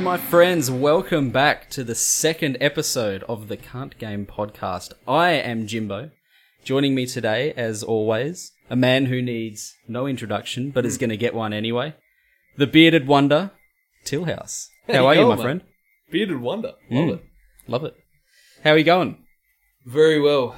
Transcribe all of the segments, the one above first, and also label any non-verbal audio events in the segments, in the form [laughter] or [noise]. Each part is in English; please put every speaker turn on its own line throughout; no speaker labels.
my friends, welcome back to the second episode of the Cunt Game podcast. I am Jimbo. Joining me today, as always, a man who needs no introduction, but is going to get one anyway. The bearded wonder, Tillhouse.
Hey,
How are you,
yo,
my
man.
friend?
Bearded Wonder. Love
Hmm.
Mm.
it.
Love it. How are you going?
Very well.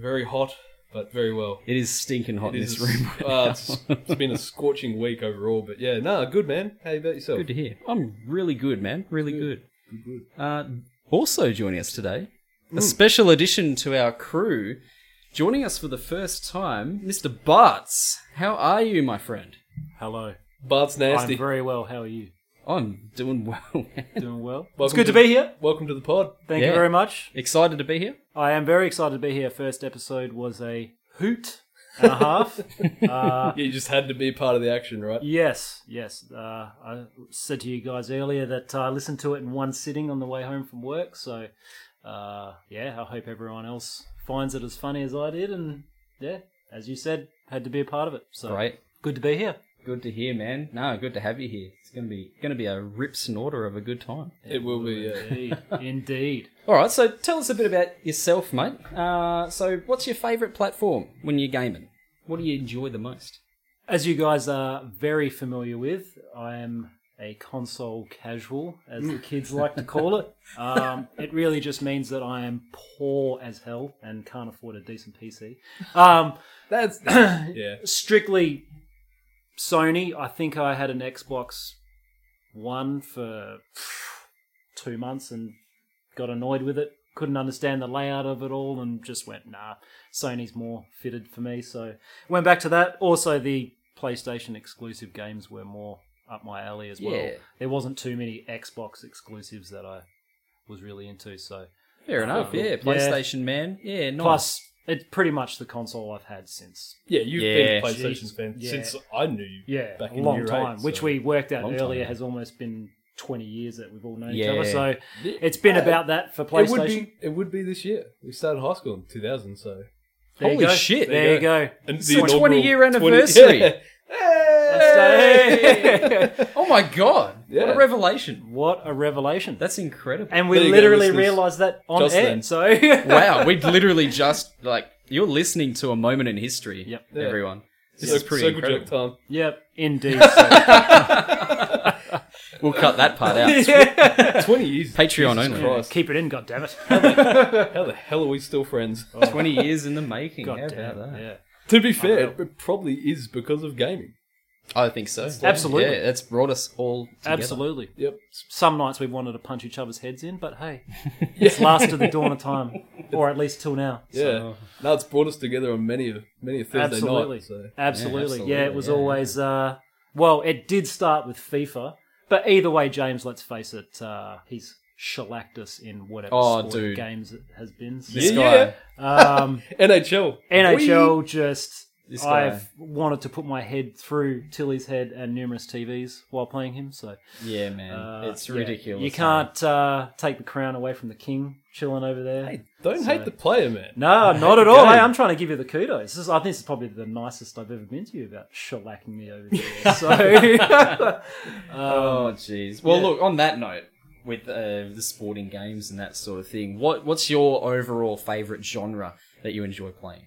Very hot, but very well.
It is Oh, stinking hot
It
in
is-
this room. Right
uh,
now.
it's, it's been a scorching week overall, but yeah, no, good man. How about
[laughs]
yourself?
good to hear. I'm really good, man. Really good. Mm.
Good, good.
Uh, also joining us today, a special addition to our crew, joining us for the first time, Mr. Bartz. How are you, my friend?
Hello.
Bart's nasty.
I'm very well. How are you?
I'm doing [laughs] well, man.
Doing well?
Welcome
it's good to, be here.
Welcome to the pod.
Thank
Yeah.
you very much.
Excited to be here.
I am very excited to be here. First episode was a hoot and a half. uh,
Yeah, you just had to be part of the action, right?
yes, yes. Uh, I said to you guys earlier that I listened to it in one sitting on the way home from work. So, uh, yeah, I hope everyone else finds it as funny as I did. And, yeah, as you said, had to be a part of it. So,
Great.
good to be here.
Good to hear, man. No, good to have you here. It's gonna be gonna be a rip snorter of a good time.
It will be, yeah.
Indeed. Indeed.
All right, so tell us a bit about yourself, mate. Uh, so, what's your favourite platform when you're gaming? What do you enjoy the most?
As you guys are very familiar with, I am a console casual, as the kids like to call it. Um, it really just means that I am poor as hell and can't afford a decent PC. Um,
That's [coughs] yeah.
strictly Sony. I think I had an Xbox One for [sighs] two months and got annoyed with it. Couldn't understand the layout of it all and just went, nah, Sony's more fitted for me. So went back to that. Also, the PlayStation exclusive games were more up my alley as well.
Yeah.
There wasn't too many Xbox exclusives that I was really into. So
Fair enough. Yeah, PlayStation, man. Yeah, nice.
plus, it's pretty much the console I've had since
Yeah, you've
Yeah.
been a PlayStation fan
Yeah.
since I knew you.
Yeah,
back
a
in
long
year eight,
time, which
so-
we worked out
Long
earlier
time.
has almost been 20 years that we've all known
Yeah.
each other. So
Yeah.
it's been
Uh,
about that for
It
PlayStation.
would be. It would be this year. We started high school in 2000, so
There you
Holy
go.
shit.
There, you go. [laughs]
and
It's a
inaugural
20-year
20
anniversary.
[laughs] Yeah.
That's- hey!
Oh my god! What
Yeah.
a revelation!
[laughs] What a revelation.
That's incredible.
and we
There you go,
literally
listeners.
realized that on
Just
air.
then.
So
[laughs]
wow, we literally just like you're listening to a moment in history.
Yep.
Yeah.
Everyone, this
So-
is pretty
circle jerk
incredible.
time.
[laughs] Yep,
[laughs]
indeed. So,
We'll cut that part
[laughs]
out.
yeah.
20 years.
Patreon
Jesus
only.
Christ.
Keep it in, God damn it.
[laughs] How the hell are we still
[laughs]
friends?
Oh,
Twenty years in the making. How
God
about
damn
that?
it. Yeah.
to be fair, it probably is because of gaming.
I think so.
Absolutely.
Yeah, that's brought us all together.
Absolutely.
Yep.
Some nights we wanted to punch each other's heads in, but
[laughs]
hey, it's lasted the dawn of time, or at least till now.
Yeah. No, it's brought us together on many a many a Thursday
absolutely.
night. So.
absolutely.
Yeah,
Yeah,
absolutely,
it was
yeah,
always. Uh, well, it did start with FIFA, but either way, James, let's face it, uh, he's shellacked us in whatever
Oh,
sport
dude.
games it has been.
This
Yeah,
guy.
yeah. [laughs]
Um,
NHL.
NHL just.
This guy.
I've wanted to put my head through Tilly's head and numerous TVs while playing him, so
Yeah, man.
uh,
it's
yeah.
ridiculous.
You can't uh, take the crown away from the king chilling over there.
Hey, don't hate the player, man.
[laughs] No, not at all.
game.
Hey, I'm trying to give you the kudos. This is, I think this is probably the nicest I've ever been to you about shellacking me over there. [laughs] So,
Oh, jeez. Well, look. On that note, with uh, the sporting games and that sort of thing, what what's your overall favorite genre that you enjoy playing?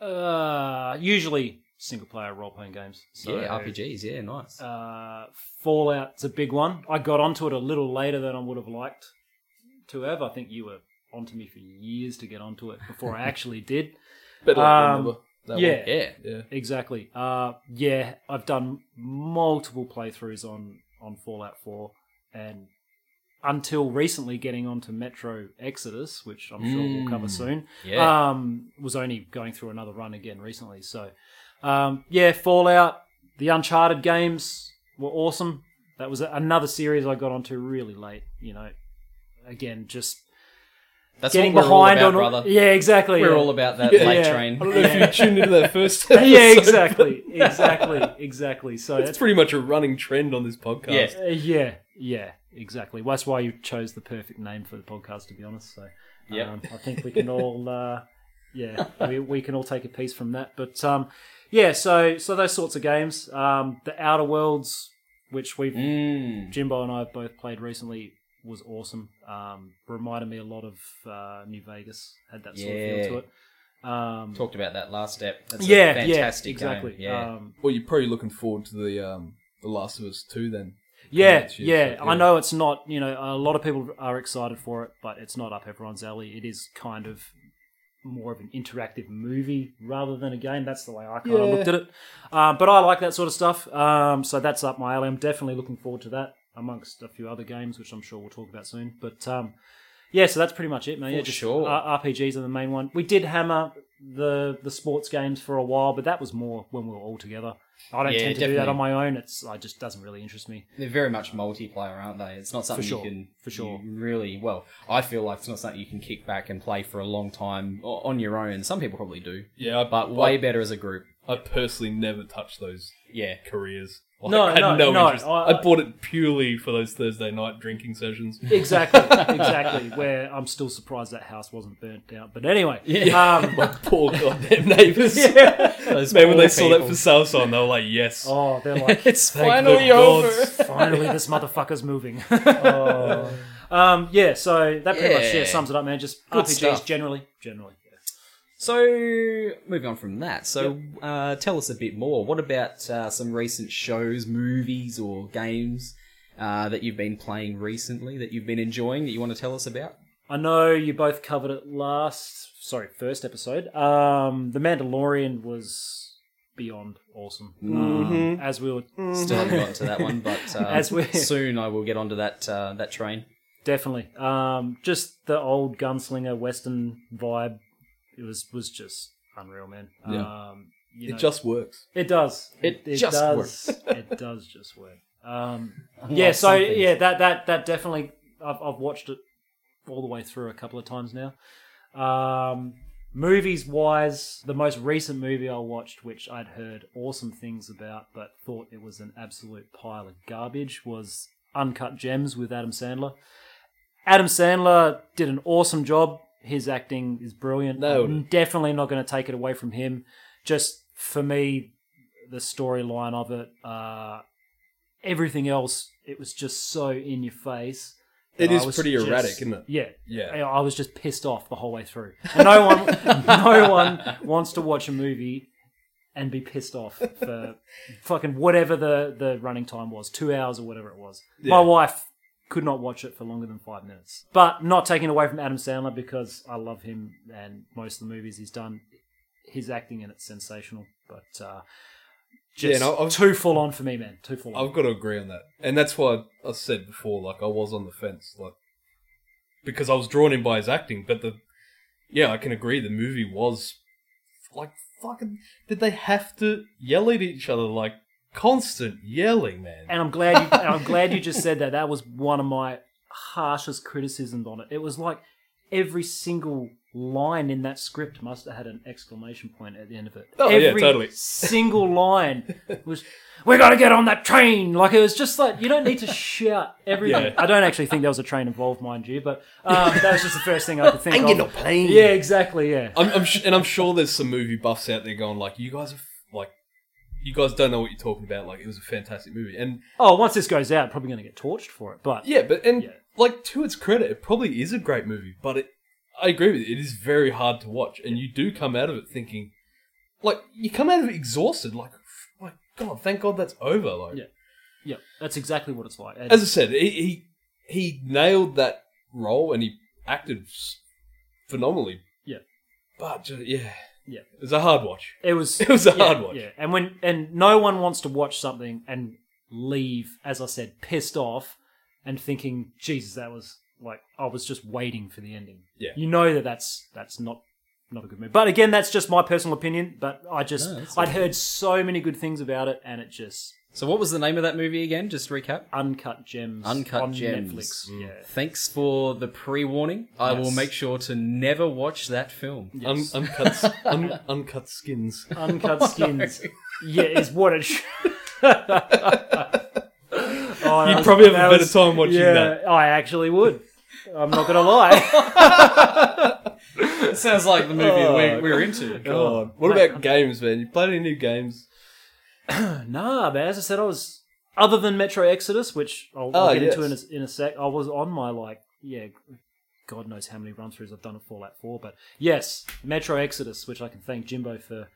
uh, usually single player role playing games. So,
yeah, RPGs. Yeah, nice.
Uh, Fallout's a big one. I got onto it a little later than I would have liked to have. I think you were onto me for years to get onto it before I actually did.
Better late than
Um,
never. That
yeah.
one.
yeah.
Yeah.
Exactly. Uh, yeah, I've done multiple playthroughs on on Fallout 4, and until recently, getting onto Metro Exodus, which I'm sure we'll cover soon.
Mm. Yeah.
Um, was only going through another run again recently. So, um, yeah, Fallout, the Uncharted games were awesome. That was another series I got onto really late. You know, again, just
That's
getting
what we're all
behind
about,
on.
brother.
Yeah, exactly.
We're
yeah.
all about that
Yeah.
late
Yeah.
train.
I don't know if you tuned into that first.
[laughs] yeah,
episode,
exactly,
[laughs]
exactly, exactly. So
but [laughs] It's pretty much a running trend on this podcast.
Yeah.
Uh, yeah, yeah, exactly. Well, that's why you chose the perfect name for the podcast, to be honest. So,
Yeah.
um, I think we can all, uh, yeah, we, we can all take a piece from that. But um, yeah, so so those sorts of games. Um, the Outer Worlds which
[laughs]
we've
Mm.
Jimbo and I have both played recently was awesome. Um, reminded me a lot of uh, New Vegas. Had that sort of feel to it. Um,
Talked about that last step. That's
yeah,
a fantastic
yeah, exactly.
game. Yeah.
um,
Well, you're probably looking forward to the um, the Last of Us Two then.
yeah,
that's your-
yeah.
yeah.
I know it's not. You know, a lot of people are excited for it, but it's not up everyone's alley. It is kind of more of an interactive movie rather than a game. That's the way I kind of
Yeah.
looked at it. Um, but I like that sort of stuff. Um, so that's up my alley. I'm definitely looking forward to that, amongst a few other games, which I'm sure we'll talk about soon. But um, yeah, so that's pretty much it, man.
For
yeah, just uh,
sure.
R- RPGs are the main one. We did hammer the the sports games for a while, but that was more when we were all together. I don't
Yeah,
tend to do that
definitely.
on my own. It's I just doesn't really interest me.
They're very much multiplayer, aren't they? It's not something
sure,
you can
for sure.
you really well. I feel like it's not something you can kick back and play for a long time o- on your own. Some people probably do,
Yeah, I,
but way better as a group.
I personally never touched those
Yeah,
careers.
No,
I had
no,
no,
no,
interest.
I-
I, bought it purely for those Thursday night drinking
[laughs]
sessions.
Exactly, exactly. Where I'm still surprised that house wasn't burnt down. But anyway,
Yeah. [laughs]
Um,
My [laughs] poor goddamn
[laughs]
neighbours.
Those
Man, when
poor
they saw that
people.
for sale sign, they were like, "Yes."
oh, they're like,
[laughs] it's
Thank the
finally over. [laughs]
[laughs]
gods.
finally this motherfucker's moving. [laughs] um, yeah, so that pretty much yeah,
Oh. Yeah.
sums it up, man. Just
Good
RPGs
stuff.
generally, generally. yeah.
So moving on from that, so uh, tell us a bit more. What about uh, some recent shows, movies, or games uh, that you've been playing recently that you've been enjoying that you want to tell us about?
I know you both covered it last, sorry, first episode. Um, the Mandalorian was beyond awesome.
Mm-hmm.
Um, as we were
Still haven't gotten to that one, [laughs] but uh,
As we-
soon I will get onto that uh, that train.
definitely, um, just the old gunslinger western vibe. It was was just unreal, man.
Yeah.
Um, you know,
It just works.
It does.
It just
does,
works.
[laughs] It does just work. Um, yeah. So
some things.
yeah, that that that definitely. I've I've watched it all the way through a couple of times now. Um, movies wise, the most recent movie I watched, which I'd heard awesome things about, but thought it was an absolute pile of garbage, was Uncut Gems with Adam Sandler. Adam Sandler did an awesome job. His acting is brilliant.
Nailed
I'm definitely not going to take it away from him. Just for me, the storyline of it, uh, everything else, it was just so in your face.
It
I
is
was
pretty
just-
erratic, isn't it?
Yeah,
Yeah.
I I was just pissed off the whole way through. And no one, [laughs] no one wants to watch a movie and be pissed off for fucking whatever the the running time was, two hours or whatever it was. My wife could not watch it for longer than five minutes. But not taking away from Adam Sandler because I love him and most of the movies he's done, his acting in it's sensational. But uh,
Yeah,
just
and I- I've-
too full on for me, man. Too full on.
I've got to agree on that, and that's why I said before, like I was on the fence, like because I was drawn in by his acting, but the yeah, I can agree the movie was like fucking. Did they have to yell at each other like constant yelling, man?
And I'm glad you, and I'm glad you just said that. That was one of my harshest criticisms on it. It was like every single line in that script must have had an exclamation point at the end of it.
Oh, yeah,
every
totally.
single line was we got to get on that train. Like it was just like you don't need to shout everything.
Yeah.
I don't actually think there was a train involved, mind you, but um, that was just the first thing I
[laughs]
could think of.
playing.
Yeah, exactly, yeah.
I'm, I'm sh- and I'm sure there's some movie buffs out there going like, you guys are f- like, you guys don't know what you're talking about. Like, it was a fantastic movie, and
Oh, once this goes out, probably going to get torched for it, but
Yeah, but and
Yeah.
like to its credit, it probably is a great movie, but it I agree with you, it is very hard to watch and you do come out of it thinking like you come out of it exhausted, like "F- my god, thank god that's over. Like
Yeah. yeah, that's exactly what it's like. And-
as I said, he, he he nailed that role and he acted s- phenomenally.
Yeah.
But ju- yeah.
Yeah.
It was a hard watch.
It
[laughs]
was
It was a
yeah,
hard watch.
Yeah, and when and no one wants to watch something and leave, as I said, pissed off and thinking, Jesus, that was like I was just waiting for the ending.
Yeah.
you know that that's that's not not a good move. But again, that's just my personal opinion. But I just
No, that's
I'd heard so many good things about it, and it just
So what was the name of that movie again? Just to recap.
uncut gems,
Uncut
on
Gems.
Netflix.
Mm.
Yeah,
Thanks for the pre-warning. I will
Yes.
make sure to never watch that film.
Un-
Yes.
uncut s- un- uncut skins. [laughs]
uncut
Oh,
skins. Yeah, is what it. Sh- Oh, that
You'd
was-
probably have
that
a better
was-
time watching that.
I actually would. I'm not
[laughs]
gonna lie.
It sounds like the movie
Oh,
we're, we're into.
God. What about games, man? You played any new games?
nah, but as I said, I was other than Metro Exodus, which I'll,
Ah,
I'll get into in
yes.
a, in a sec, I was on my like, yeah, God knows how many run throughs I've done of Fallout 4, but yes, Metro Exodus, which I can thank Jimbo for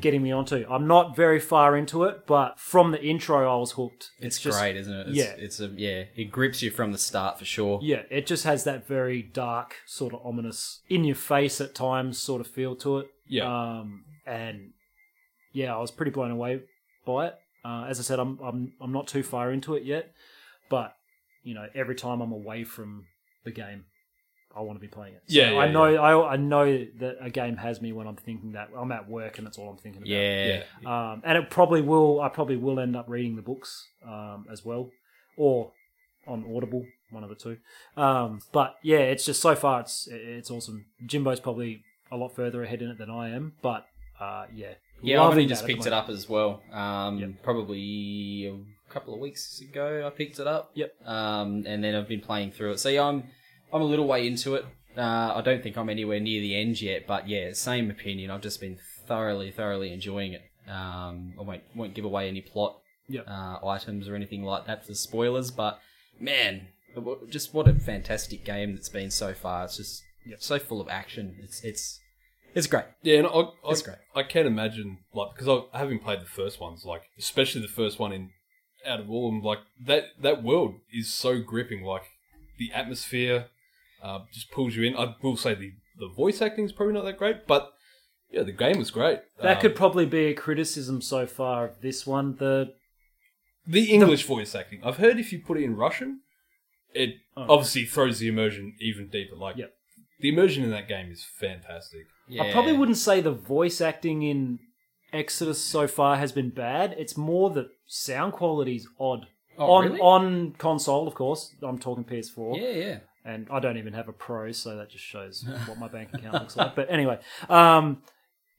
getting me onto. I'm not very far into it, but from the intro, I was hooked.
It's,
just-
great, isn't it? It's,
yeah.
it's a yeah. It grips you from the start for sure.
Yeah, it just has that very dark, sort of ominous, in your face at times sort of feel to it.
Yeah.
Um, and yeah, I was pretty blown away by it. Uh, as I said, I'm I'm I'm not too far into it yet, but you know, every time I'm away from the game, I want to be playing it. So
Yeah, yeah,
I know I I know that a game has me when I'm thinking that I'm at work and that's all I'm thinking about.
Yeah.
Yeah.
Um, and it probably will. I probably will end up reading the books um, as well, or on Audible, one of the two. Um, but yeah, it's just so far, it's it's awesome. Jimbo's probably a lot further ahead in it than I am, but uh, yeah,
Yeah, I've only
Loving
just
that at the
picked it
moment.
up as well. Um,
Yep.
Probably a couple of weeks ago, I picked it up.
Yep.
Um, and then I've been playing through it. So yeah, I'm I'm a little way into it. Uh, I don't think I'm anywhere near the end yet, but yeah, same opinion. I've just been thoroughly, thoroughly enjoying it. Um, I won't won't give away any plot
Yep.
uh, items or anything like that for spoilers, but man, w- just what a fantastic game that's been so far. It's just
Yep.
so full of action. It's it's it's great.
Yeah, and I, I,
It's great.
I can imagine, like, because I, I haven't played the first ones, like, especially the first one in Out of All, and like that that world is so gripping. Like, the atmosphere uh, just pulls you in. I will say the the voice acting is probably not that great, but yeah, the game was great.
That
Um,
could probably be a criticism so far of this one. The
the English voice acting. I've heard if you put it in Russian, it
Oh.
obviously throws the immersion even deeper. Like,
Yep.
the immersion in that game is fantastic.
Yeah.
I probably wouldn't say the voice acting in Exodus so far has been bad. It's more the sound quality's odd.
Oh,
on
really?
on console, of course. I'm talking PS4.
Yeah, yeah.
and I don't even have a pro, so that just
[laughs]
shows what my bank account looks like. But anyway, um,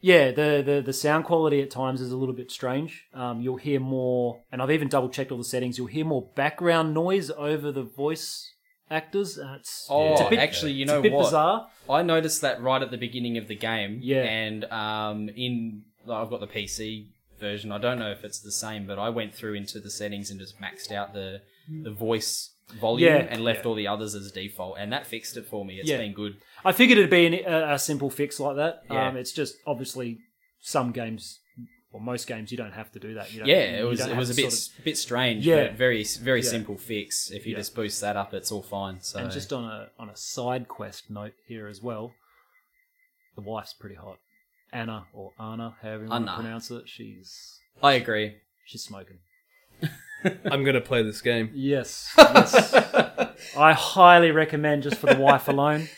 yeah, the, the the sound quality at times is a little bit strange. Um, you'll hear more, and I've even double checked all the settings. You'll hear more background noise over the voice actors. Uh, it's
Oh,
it's a bit,
actually, you
it's
know
a bit
what?
bizarre.
I noticed that right at the beginning of the game.
Yeah.
And um, in like, I've got the PC version. I don't know if it's the same, but I went through into the settings and just maxed out the the voice volume
Yeah.
and left
Yeah.
all the others as default, and that fixed it for me. It's
Yeah.
been good.
I figured it'd be an, a, a simple fix like that.
Yeah.
Um, it's just obviously some games. or most games you don't have to do that. You don't,
yeah, it
you
was
don't
it
have
was a
to
bit
sort of-
bit strange,
Yeah.
but very very
Yeah.
simple fix. If you
Yeah.
just boost that up, it's all fine. So
And just on a on a side quest note here as well, the wife's pretty hot. Anna or Anna, however you want
Anna.
to pronounce it, she's
I agree.
she's smoking.
[laughs] I'm gonna play this game.
Yes,
[laughs]
yes. I highly recommend just for the
[laughs]
wife alone.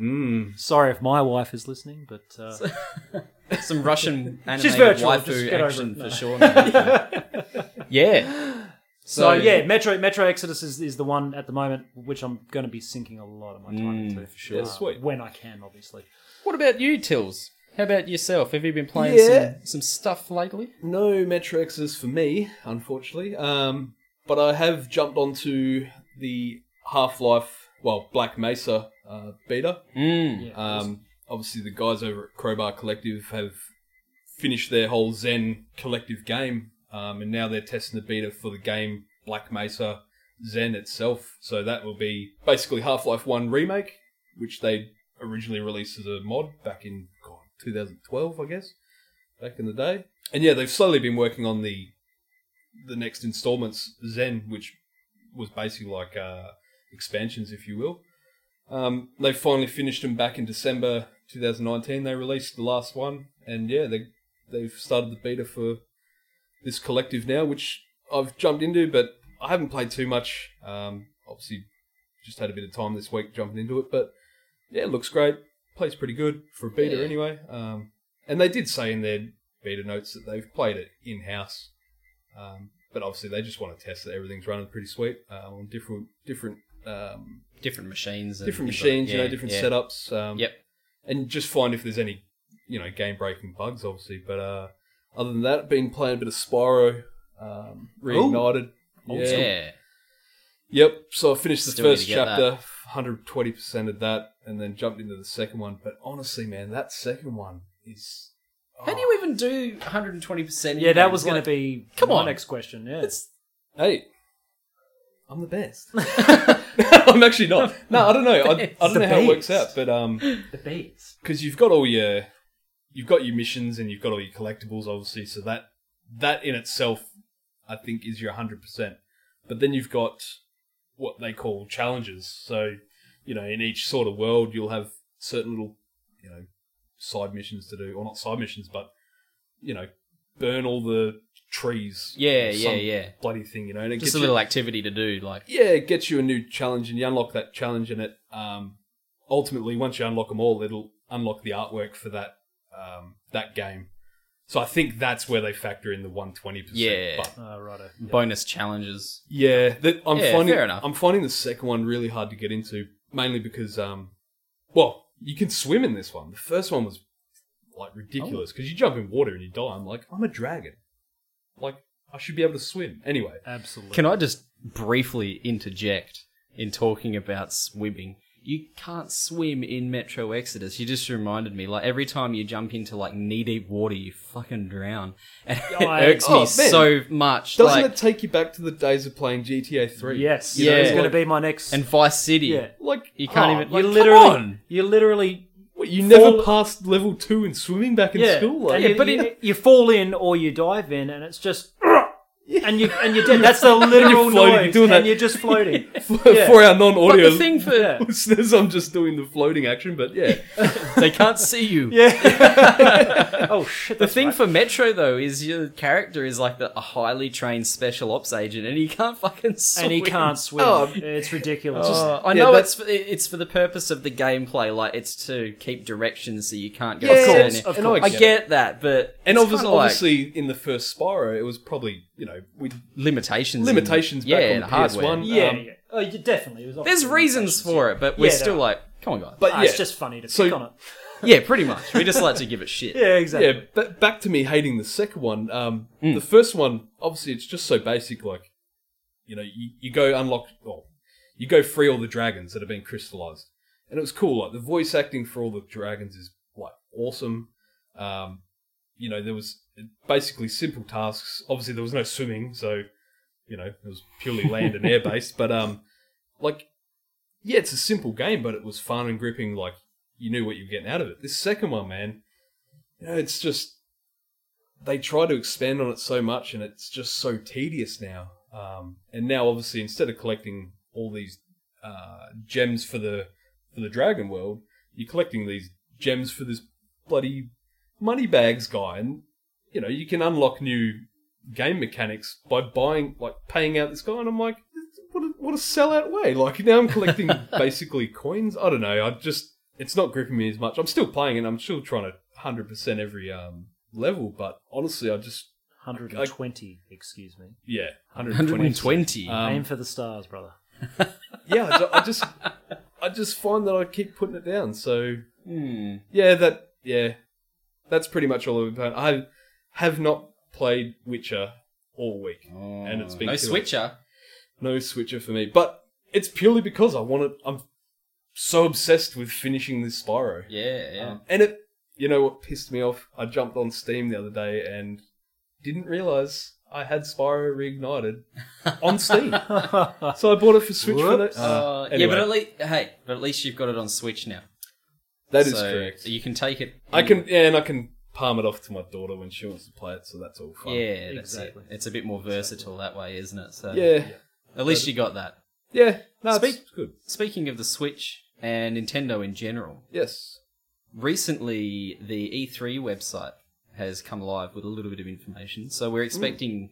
Mm.
Sorry if my wife is listening, but uh,
Some Russian animated
[laughs] She's virtual, just
waifu
get over
action
it.
for
No.
sure.
[laughs]
mate. yeah.
so yeah, Metro Metro Exodus is, is the one at the moment which I'm going to be sinking a lot of my time
Mm.
into for sure.
That's sweet.
When I can, obviously.
What about you, Tills? How about yourself? Have you been playing
Yeah.
some, some stuff lately?
No Metro Exodus for me, unfortunately. Um, but I have jumped onto the Half Life, well, Black Mesa uh, beta.
Mm.
Yeah,
Um, obviously, the guys over at Crowbar Collective have finished their whole Zen collective game, um, and now they're testing the beta for the game Black Mesa Zen itself. So that will be basically Half Life 1 Remake, which they originally released as a mod back in God, 2012, I guess, back in the day. And yeah, they've slowly been working on the the next installments, Zen, which was basically like uh, expansions, if you will. Um, they finally finished them back in December 2019. They released the last one, and yeah, they they've started the beta for this collective now, which I've jumped into, but I haven't played too much. Um, obviously, just had a bit of time this week jumping into it, but yeah, it looks great. Plays pretty good for a beta
Yeah.
anyway. Um, and they did say in their beta notes that they've played it in house, um, but obviously they just want to test that everything's running pretty sweet uh, on different different. Um,
Different machines. And
different
things like-
machines, you
yeah,
know, different
yeah.
setups. Um,
Yep.
And just find if there's any, you know, game breaking bugs, obviously. But uh, other than that, been playing a bit of Spyro, um, reignited.
Yeah.
Yep. So I finished the
Still need
first
to get that.
chapter, 120% of that, and then jumped into the second one. But honestly, man, that second one is.
How do you even do 120%?
yeah, that was going to be
Come
my
on.
next question. Yeah,
It's,
Hey, I'm
[laughs]
the best. I'm actually not. No, I don't know. I, I don't
The
know how it works out,
best.
but um,
The bees.
because you've got all your, you've got your missions and you've got all your collectibles, obviously. So that that in itself, I think, is your hundred percent. But then you've got what they call challenges. So you know, in each sort of world, you'll have certain little, you know, side missions to do, or not side missions, but you know, burn all the trees.
Yeah,
or
yeah,
some
yeah.
Bloody thing, you know. And it
Just
gets
a
you-
little activity to do, like
yeah, it gets you a new challenge, and you unlock that challenge, and it um, ultimately, once you unlock them all, it'll unlock the artwork for that um, that game. So I think that's where they factor in the one twenty percent.
Yeah.
Oh, righto.
bonus challenges.
yeah, that, I'm
Yeah,
finding
fair enough.
I'm finding the second one really hard to get into, mainly because um, well, you can swim in this one. The first one was like
Oh.
ridiculous because you jump in water and you die. I'm like, I'm a dragon, like I should be able to swim anyway.
Absolutely.
Can I just briefly interject in talking about swimming? You can't swim in Metro Exodus. You just reminded me. Like every time you jump into like knee deep water, you fucking drown, [laughs] and it
I-
irks me
Oh, man.
so much.
Doesn't
like
it take you back to the days of playing GTA Three?
Yes.
Yeah.
It's going to be my next.
and Vice City.
yeah.
Like
You can't
oh,
even.
Like,
you
come
literally.
on!
You literally.
What, you
Fall-
never passed level two in swimming back in
Yeah.
school. Like,
and you,
but
you,
in-
you fall in or you dive in, and it's [laughs] just. And you [laughs] and you're dead. That's the literal
floating,
noise,
doing that.
and you're just floating.
[laughs] for,
[laughs] yeah.
for our
But
non-audio
the thing for
Yeah.
[laughs] listeners, I'm just doing the floating action. But yeah,
[laughs] they can't see you.
[laughs] Yeah. oh shit.
The
That's
thing
right.
for Metro though is your character is like the, a highly trained special ops agent, and he can't fucking swim.
and he can't swim.
Oh.
it's ridiculous.
Uh, I
yeah,
know
that-
it's for, it's for the purpose of the gameplay, like it's to keep directions so you can't go.
Yeah,
to certain
course,
areas.
of
and I
course.
I
get it.
get that, but
And
it's
obviously,
kinda like
obviously, in the first Spyro, it was probably you know we
limitations, in-
limitations back
yeah,
on
in
the
hardware.
PS1.
yeah,
um,
yeah. Oh, you definitely. It was
There's
obviously
reasons
limitations,
for it, but we're
Yeah,
still
no.
like, come on, guys.
But
Ah,
yeah,
It's just funny to
So-
pick on it.
yeah, pretty much. We just like to give it shit. [laughs]
Yeah, exactly.
Yeah, but back to me hating the second one. Um, The first one, obviously, it's just so basic. Like, you know, you, you go unlock, well, you go free all the dragons that have been crystallized, and it was cool. Like the voice acting for all the dragons is like awesome. Um, you know, there was basically simple tasks. Obviously, there was no swimming, so you know it was purely land and air based. But um, like, yeah, it's a simple game, but it was fun and gripping. Like, you knew what you were getting out of it. This second one, man you know, it's just they try to expand on it so much, and it's just so tedious now. Um, and now, obviously, instead of collecting all these uh, gems for the for the Dragon World, you're collecting these gems for this bloody money bags guy, and you know you can unlock new game mechanics by buying like paying out this guy, and I'm like, what a, what a sellout way! Like now I'm collecting basically coins. I don't know. I just it's not gripping me as much. I'm still playing, and I'm still trying to hundred percent every um level, but honestly, I just
120. Excuse me.
yeah, 120.
120.
Aim
Um,
for the stars, brother.
yeah, I ju- I just I just find that I keep putting it down. So
Hmm.
Yeah, that yeah, that's pretty much all I've done. I have not played Witcher all week, and it's been
no
too-
switcher.
no Switcher for me. But it's purely because I want to. I'm so obsessed with finishing this Spyro.
Yeah, yeah.
Um, and it, you know what pissed me off? I jumped on Steam the other day and didn't realize I had Spyro reignited on
[laughs]
Steam. so I bought it for Switch for
Whoops.
that.
Uh, Yeah,
anyway,
but at least hey, but at least you've got it on Switch now.
that is
So
correct.
You can take it.
I can yeah, and I can palm it off to my daughter when she wants to play it. So that's all fun.
Yeah, that's
Exactly.
it. It's a bit more versatile that way, isn't it? So
Yeah.
at least you got that.
Yeah. No, it's-
Speak-
it's good.
Speaking of the Switch and Nintendo in general,
Yes.
recently the E3 website has come live with a little bit of information. So we're expecting.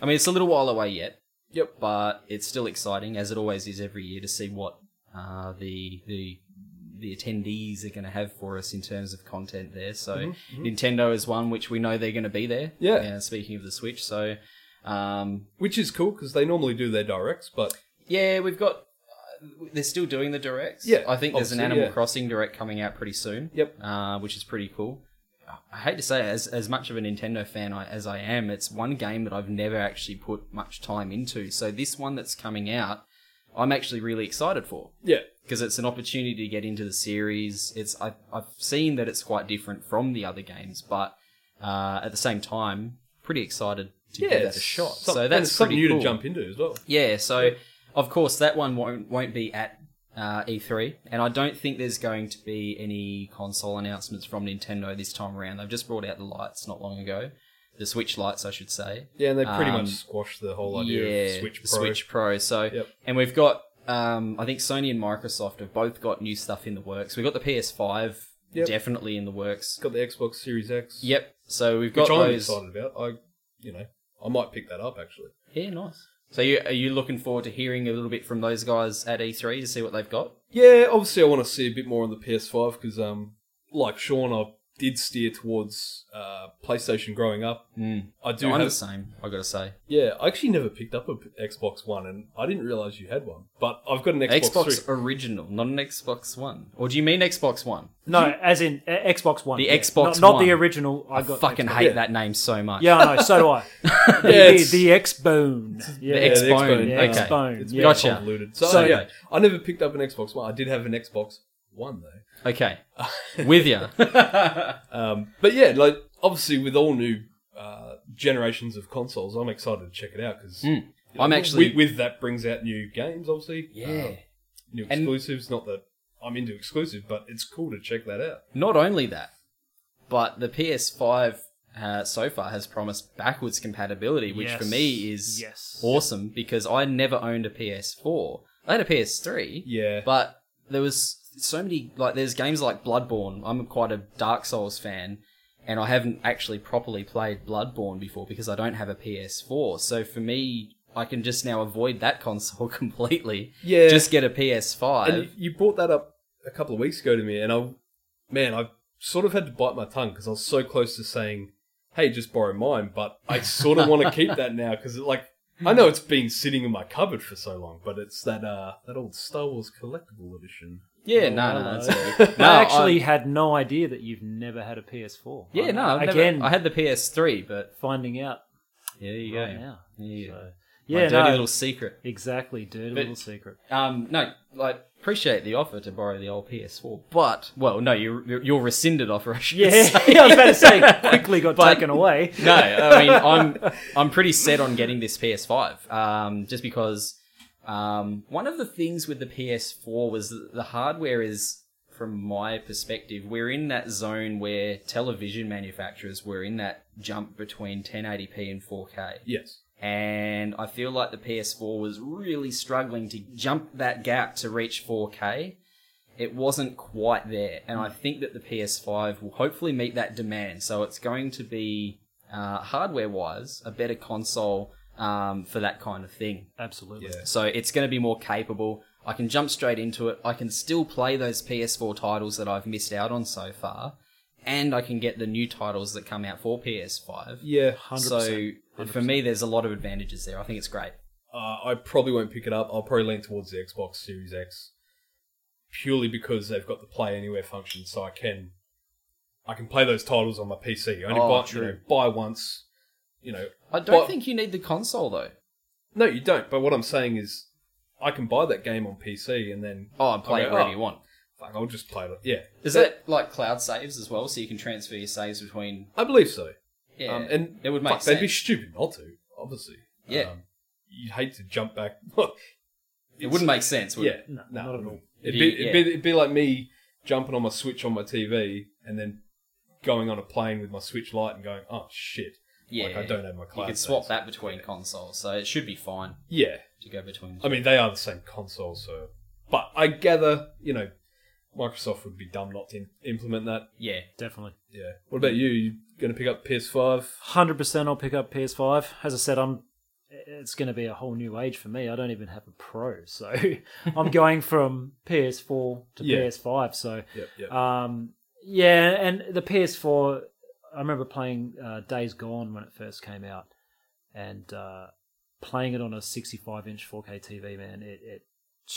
I mean, it's a little while away yet,
Yep.
but it's still exciting as it always is every year to see what uh, the the the attendees are going to have for us in terms of content there. So Nintendo is one which we know they're going to be there.
Yeah.
Speaking of the Switch, so um,
Which is cool because they normally do their directs, but
yeah, we've got. Uh, they're still doing the directs.
Yeah,
I think there's an
obviously,
Animal
yeah.
Crossing direct coming out pretty soon.
Yep.
Uh, which is pretty cool. I hate to say, it, as as much of a Nintendo fan I, as I am, it's one game that I've never actually put much time into. So this one that's coming out, I'm actually really excited for
yeah,
because it's an opportunity to get into the series. It's I, I've seen that it's quite different from the other games, but uh, at the same time, pretty excited to
Yeah,
give that
it's
a shot.
some-
so
and
that's
it's something
pretty
new
cool.
to jump into as well.
Yeah, so of course that one won't won't be at uh, E3, and I don't think there's going to be any console announcements from Nintendo this time around. They've just brought out the lights not long ago, the Switch lights, I should say.
Yeah, and they pretty
Um,
much squashed the whole idea of Switch
the
Pro.
Switch Pro. So,
Yep.
and we've got, um, I think Sony and Microsoft have both got new stuff in the works. We've got the PS5
Yep.
definitely in the works.
It's got the Xbox Series X.
Yep. So we've got
which I'm
those.
excited about. I, you know, I might pick that up actually.
Yeah, nice. So you are you looking forward to hearing a little bit from those guys at E3 to see what they've got?
Yeah, obviously I want to see a bit more on the PS5 because, um, like Sean, I did steer towards uh, PlayStation growing up.
Mm.
I do
I'm the
have,
same. I gotta say,
yeah. I actually never picked up a p- Xbox One, and I didn't realize you had one. But I've got an Xbox.
Xbox,
Three.
original, not an Xbox One. Or do you mean Xbox One?
No, as in uh, Xbox One.
The
yeah.
Xbox
not, not
One.
the original. I,
I
got
fucking
Xbox.
hate
Yeah.
that name so much.
Yeah, I know.
[laughs]
So do I. the,
it's-
the X Bone. Yeah,
the X Bone.
X-Bone,
yeah,
okay.
X Bone.
It's
Yeah.
got- Gotcha.
gotcha. convoluted. So,
So-
yeah, I never picked up an Xbox One. I did have an Xbox One though.
Okay. With ya. [laughs]
Um, but yeah, like obviously with all new uh, generations of consoles, I'm excited to check it out because
Hmm. I'm actually-
with, with that brings out new games, obviously.
Yeah.
Um, new
And-
exclusives. Not that I'm into exclusive, but it's cool to check that out.
Not only that, but the PS5 uh, so far has promised backwards compatibility, which for
Yes.
me is
Yes.
awesome because I never owned a PS4. I had a PS3,
Yeah.
but there was so many like there's games like Bloodborne. I'm quite a Dark Souls fan, and I haven't actually properly played Bloodborne before because I don't have a PS4. So for me, I can just now avoid that console [laughs] completely.
Yeah.
just get a PS5.
and you, you brought that up a couple of weeks ago to me, and I, man, I sort of had to bite my tongue because I was so close to saying, "Hey, just borrow mine," but I sort of want to keep that now because it like. I know it's been sitting in my cupboard for so long, but it's that uh, that old Star Wars collectible edition.
yeah,
Oh,
no, no,
hello.
that's all
[laughs]
good. No,
I
I-
actually had no idea that you've never had a PS4.
Yeah,
I'm
no, I've never-
again,
I had the PS3, but
finding out
yeah, you
right now.
Oh, Yeah,
So,
yeah,
yeah,
dirty
no,
little secret.
exactly, dirty
But-
little
[laughs]
secret.
Um, no, like appreciate the offer to borrow the old PS4, but well, no, you your rescinded offer. I should
Yeah, [laughs]
say.
I was about
[laughs]
to say quickly got
But-
taken away.
no, I mean I'm I'm pretty set on getting this PS5, um, just because um, one of the things with the PS4 was that the hardware is, from my perspective, we're in that zone where television manufacturers were in that jump between 1080p and 4K.
Yes.
and I feel like the PS4 was really struggling to jump that gap to reach 4K. It wasn't quite there, and I think that the PS5 will hopefully meet that demand. So it's going to be uh, hardware-wise a better console um, for that kind of thing.
Absolutely.
Yeah.
So it's going to be more capable. I can jump straight into it. I can still play those PS4 titles that I've missed out on so far, and I can get the new titles that come out for PS5.
Yeah.
So
100%.
for me, there's a lot of advantages there. I think it's great.
Uh, I probably won't pick it up. I'll probably lean towards the Xbox Series X purely because they've got the Play Anywhere function, so I can I can play those titles on my PC. I only
Oh,
buy, you
true.
know, buy once. You know,
I don't
But-
think you need the console though.
no, you don't. But what I'm saying is, I can buy that game on PC and then
Oh, and play
Okay,
it wherever
oh.
you want.
fuck, I'll just play it. Yeah,
Is that like cloud saves as well? So you can transfer your saves between.
I believe so.
Yeah,
Um, and
it would make
fuck,
sense.
They'd be stupid not to. Obviously.
Yeah.
Um, you'd hate to jump back. [laughs]
it wouldn't make sense. Would
Yeah,
It?
No,
no,
not at all.
It'd
It'd be,
be-
it'd,
yeah.
be, it'd be like me jumping on my Switch on my TV and then going on a plane with my Switch Lite and going, oh shit,
Yeah.
like I don't have my cloud.
You could
saves."
swap that between consoles, so it should be fine
Yeah,
to go between.
I mean they are the same console, so. But I gather, you know, Microsoft would be dumb not to im- implement that.
yeah.
Definitely.
Yeah. What about you? You going to pick up PS5?
Hundred percent. I'll pick up PS5. As I said, I'm. It's going to be a whole new age for me. I don't even have a Pro, so [laughs] I'm going from PS4 to
Yeah.
PS5. So,
Yep, yep.
um, yeah, and the PS4. I remember playing uh, Days Gone when it first came out, and uh, playing it on a 65 inch 4K TV. Man, it, it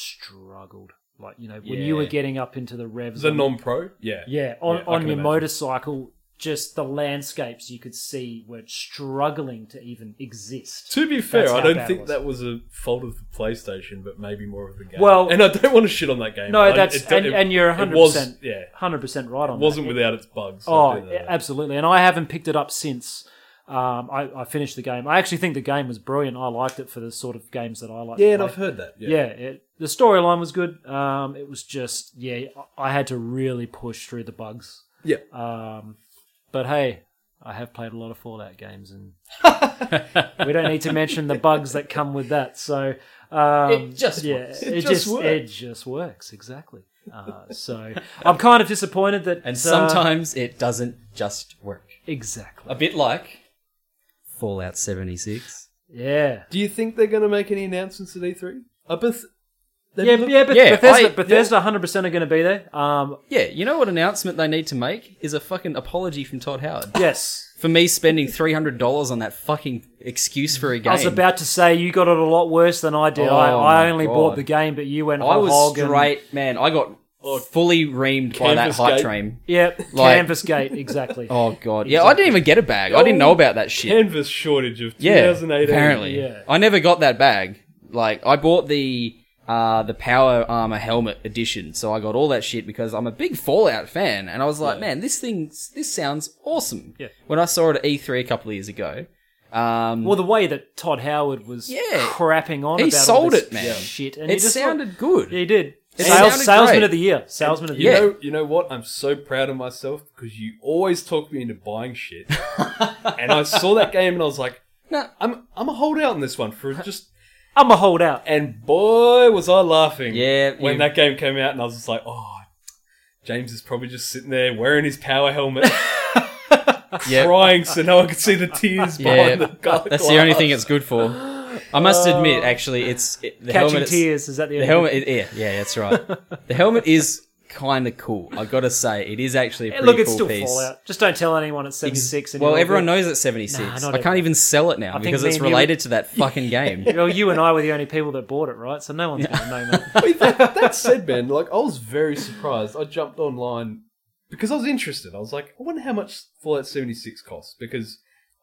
struggled. Like you know, when you were
Yeah.
getting up into the revs,
the
on-
non pro? Yeah.
yeah, on,
Yeah, I
on
can
your
imagine.
motorcycle, just the landscapes you could see were struggling to even exist.
To be fair,
That's
I
how
don't
bad it
think
was.
that was a fault of the PlayStation, but maybe more of the game.
Well-
and I don't want to shit on that game.
No,
I-
that's
it-
and,
it-
and you're
it
100
was-
percent,
yeah.
100 percent right on
It wasn't
that.
without its bugs.
Oh,
I'll do that.
absolutely, and I haven't picked it up since. Um, I, I finished the game. I actually think the game was brilliant. I liked it for the sort of games that I like. to
Yeah, and
play.
I've heard that.
yeah. it, the storyline was good. Um, it was just yeah, I had to really push through the bugs.
Yeah.
Um, but hey, I have played a lot of Fallout games, and we don't need to mention the bugs that come with that. So um,
It just
yeah,
works.
It,
It just
just,
works.
it just works exactly. Uh, so I'm kind of disappointed that
And
uh,
sometimes it doesn't just work.
exactly
A bit like Fallout 76.
yeah.
Do you think they're going to make any announcements at E E3? I Beth- they've
Yeah,
looked-
yeah, but
Yeah,
Bethesda,
I-
Bethesda, 100% are going to be there. Um,
Yeah, you know what announcement they need to make is a fucking apology from Todd Howard
yes,
for me spending three hundred dollars on that fucking excuse for a game.
I was about to say you got it a lot worse than I did.
Oh
I, I
my
only
God.
bought the game, but you went.
I
whole
was
hog and-
straight, man. I got fully reamed by that
Canvas
hype
gate.
[laughs]
train.
Yep,
Like-
Canvas Gate exactly.
[laughs] Oh god, yeah. I didn't even get a bag. I didn't know about that shit.
canvas shortage of
yeah,
2018.
apparently.
yeah.
I never got that bag. Like, I bought the uh, the Power Armor Helmet edition, so I got all that shit because I'm a big Fallout fan, and I was like, man, this thing, this sounds awesome.
Yeah.
When I saw it at E3 a couple of years ago, um,
Well, the way that Todd Howard was
Yeah.
crapping on
He
about all
sold
this
it, man.
shit, and
it
he just
sounded good.
Like, he did.
It
Sales,
sounded
salesman
great.
of the year. Salesman of the
You
Yeah.
year.
know, you know what? I'm so proud of myself because you always talk me into buying shit.
[laughs]
and I saw that game and I was like,
Nah.
I'm I'm a holdout in this one for just.
I'm a holdout.
And boy, was I laughing!
Yeah,
when
you-
that game came out, and I was just like, oh, James is probably just sitting there wearing his power helmet,
Yep.
crying so no one could see the
[laughs]
tears
Yeah,
behind the glass.
that's the only thing it's good for. I must admit, actually, it's it, the
Oh. Catching
helmet. it's-
tears is that the,
The
only-
helmet, it, yeah, yeah, that's
[laughs]
right. the helmet is kind of cool. I gotta say, it is actually a
Hey,
pretty
Look,
cool
it's still
piece.
Fallout. Just don't tell anyone it's 76. and
Well,
you're
everyone
all
knows it's 76.
Nah, not
I can't
everyone.
even sell it now
think
because
me
it's
and you-
related to that
[laughs]
fucking game.
good. Well, you and I were the only people that bought it, right? So no one's going to know that.
Wait, that, that said, man, like I was very surprised. I jumped online because I was interested. I was like, I wonder how much Fallout seventy six costs because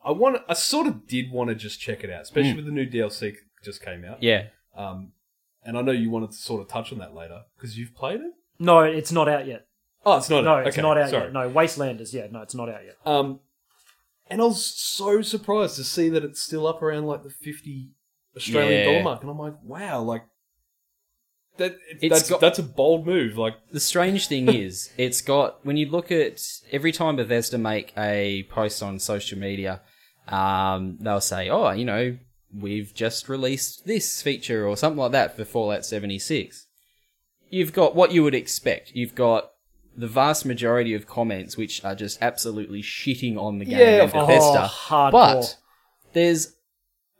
I want. I sort of did want to just check it out, especially with the new DLC that just came out.
Hmm. yeah.
Um, and I know you wanted to sort of touch on that later because you've played it.
No, it's not out yet.
Oh, it's not.
No,
out.
it's
Okay,
not out
sorry.
yet. No, Wastelanders. Yeah, no, it's not out yet.
Um, and I was so surprised to see that it's still up around like the fifty Australian
Yeah.
dollar mark, and I'm like, wow, like that.
It's
That's
got-
that's a bold move. Like,
The strange
[laughs]
thing is, it's got when you look at every time Bethesda make a post on social media, um, they'll say, "Oh, you know, we've just released this feature or something like that for Fallout 76." You've got what you would expect. You've got the vast majority of comments which are just absolutely shitting on the game
Yeah,
and
of course.
Bethesda.
Oh, hardcore.
But there's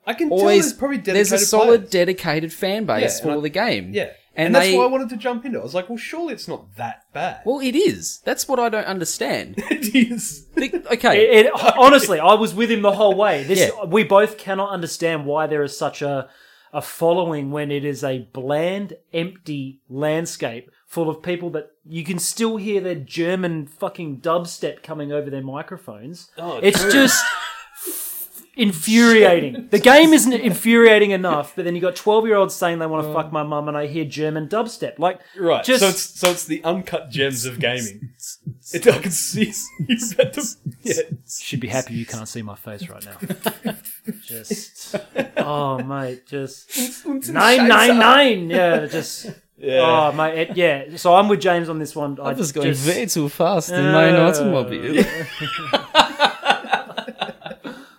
I can tell
always
there's probably dedicated
there's a solid
players.
dedicated fan base
Yeah,
for
and I-
the game.
yeah, and,
and,
that's
they,
why I wanted to jump into. it. I was like, well, surely it's not that bad.
well, it is. That's what I don't understand.
[laughs] it is. [laughs]
The- okay,
It, it, honestly, I was with him the whole way. This
Yeah.
we both cannot understand why there is such a a following when it is a bland, empty landscape full of people that you can still hear their German fucking dubstep coming over their microphones.
Oh,
it's
[laughs]
just infuriating. The game isn't infuriating enough, but then you got twelve year olds saying they want to fuck my mum, and I hear German dubstep. Like,
Mm. Right,
Just
so it's so it's the uncut gems of gaming. [laughs] It, I can see you had to,
[laughs]
yeah.
should be happy you can't see my face right now. just oh mate, just nine nine nine. Yeah, just
Yeah.
oh mate, it, yeah. So I'm with James on this one. I,
I was going
just,
way too fast in my
Uh,
automobile.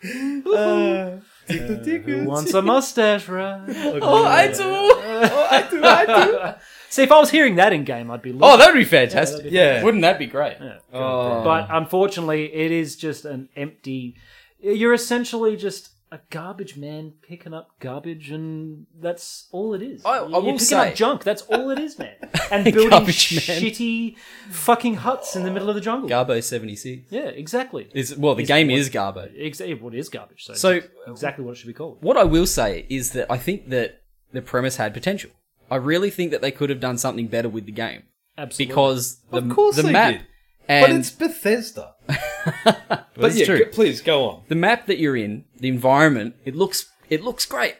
Uh, tick the
Who
tickets.
wants um, a mustache ride?
Oh, I do.
Oh, I do, I do.
[laughs] See, if I was hearing that in game, I'd be. Losing.
[laughs] Oh, that'd be fantastic.
that'd
Yeah.
Wouldn't that be great?
Oh.
but unfortunately, it is just an empty. You're essentially just a garbage man picking up garbage, and that's all it is.
I- I
You're
will
picking
say-
up junk. That's all
[laughs]
it is, man. And building
Garbage man.
shitty fucking huts in the middle of the jungle.
Garbo seventy six.
yeah, exactly.
Is well, the game is Garbo.
Exactly what is garbage. So,
So-
it's exactly what it should be called.
What I will say is that I think that the premise had potential. I really think that they could have done something better with the game
Absolutely.
because the,
Of course
the
they
map
did.
and
But
[laughs]
it's Bethesda.
Well,
But
it's
yeah,
true.
go- please go on.
the map that you're in, the environment, it looks it looks great.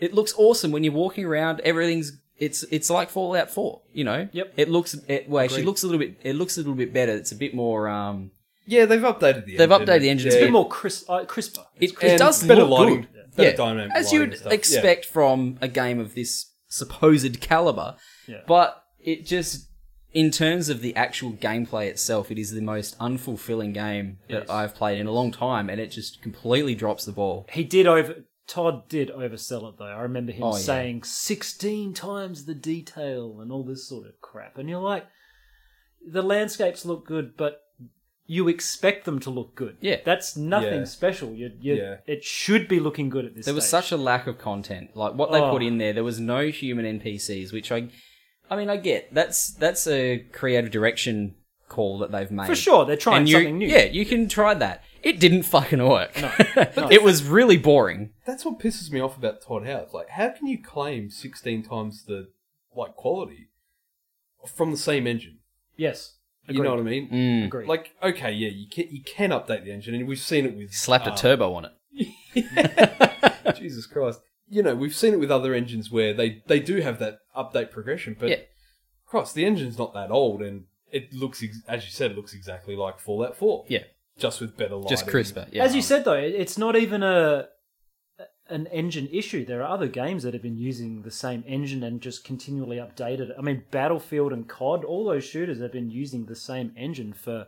It looks awesome when you're walking around. Everything's it's it's like Fallout Four, you know.
Yep.
It looks it, well, actually
Agreed.
looks a little bit it looks a little bit better. It's a bit more um
Yeah, they've updated the
They've
engine.
updated the engine.
It's a
Yeah.
bit more crisp, uh, crisper.
It,
And
it does
better
look
lighting.
good.
Better dynamic
as
lighting
you'd
and stuff. Yeah.
expect from a game of this supposed caliber.
Yeah.
But it just, in terms of the actual gameplay itself, it is the most unfulfilling game that
Yes.
I've played in a long time, and it just completely drops the ball.
He did over. Todd did oversell it though. I remember him
Oh, yeah.
saying sixteen times the detail and all this sort of crap. And you're like, the landscapes look good, but you expect them to look good.
Yeah.
that's nothing
Yeah.
special. You, you,
Yeah.
it should be looking good at this.
There was
stage.
such a lack of content. Like what they
Oh.
put in there, there was no human NPCs, which I, I mean, I get that's that's a creative direction call that they've made
for sure. They're trying
And you-
something new.
Yeah, you can try that. It didn't fucking work. [laughs]
no.
it was really boring.
That's what pisses me off about Todd Howard. Like, how can you claim sixteen times the like quality from the same engine?
Yes.
You know what I mean?
Mm.
Agree.
Like, okay, yeah, you can you can update the engine, and we've seen it with
Slap a
Uh,
um,
turbo
[laughs]
on it.
[laughs] Jesus Christ. You know, we've seen it with other engines where they, they do have that update progression, but
Yeah.
Christ, the engine's not that old, and it looks, ex- as you said, it looks exactly like Fallout 4.
Yeah,
Just with better lighting.
just crisper. Yeah.
As you said though, it- it's not even a an engine issue. There are other games that have been using the same engine and just continually updated it. I mean, Battlefield and COD, all those shooters have been using the same engine for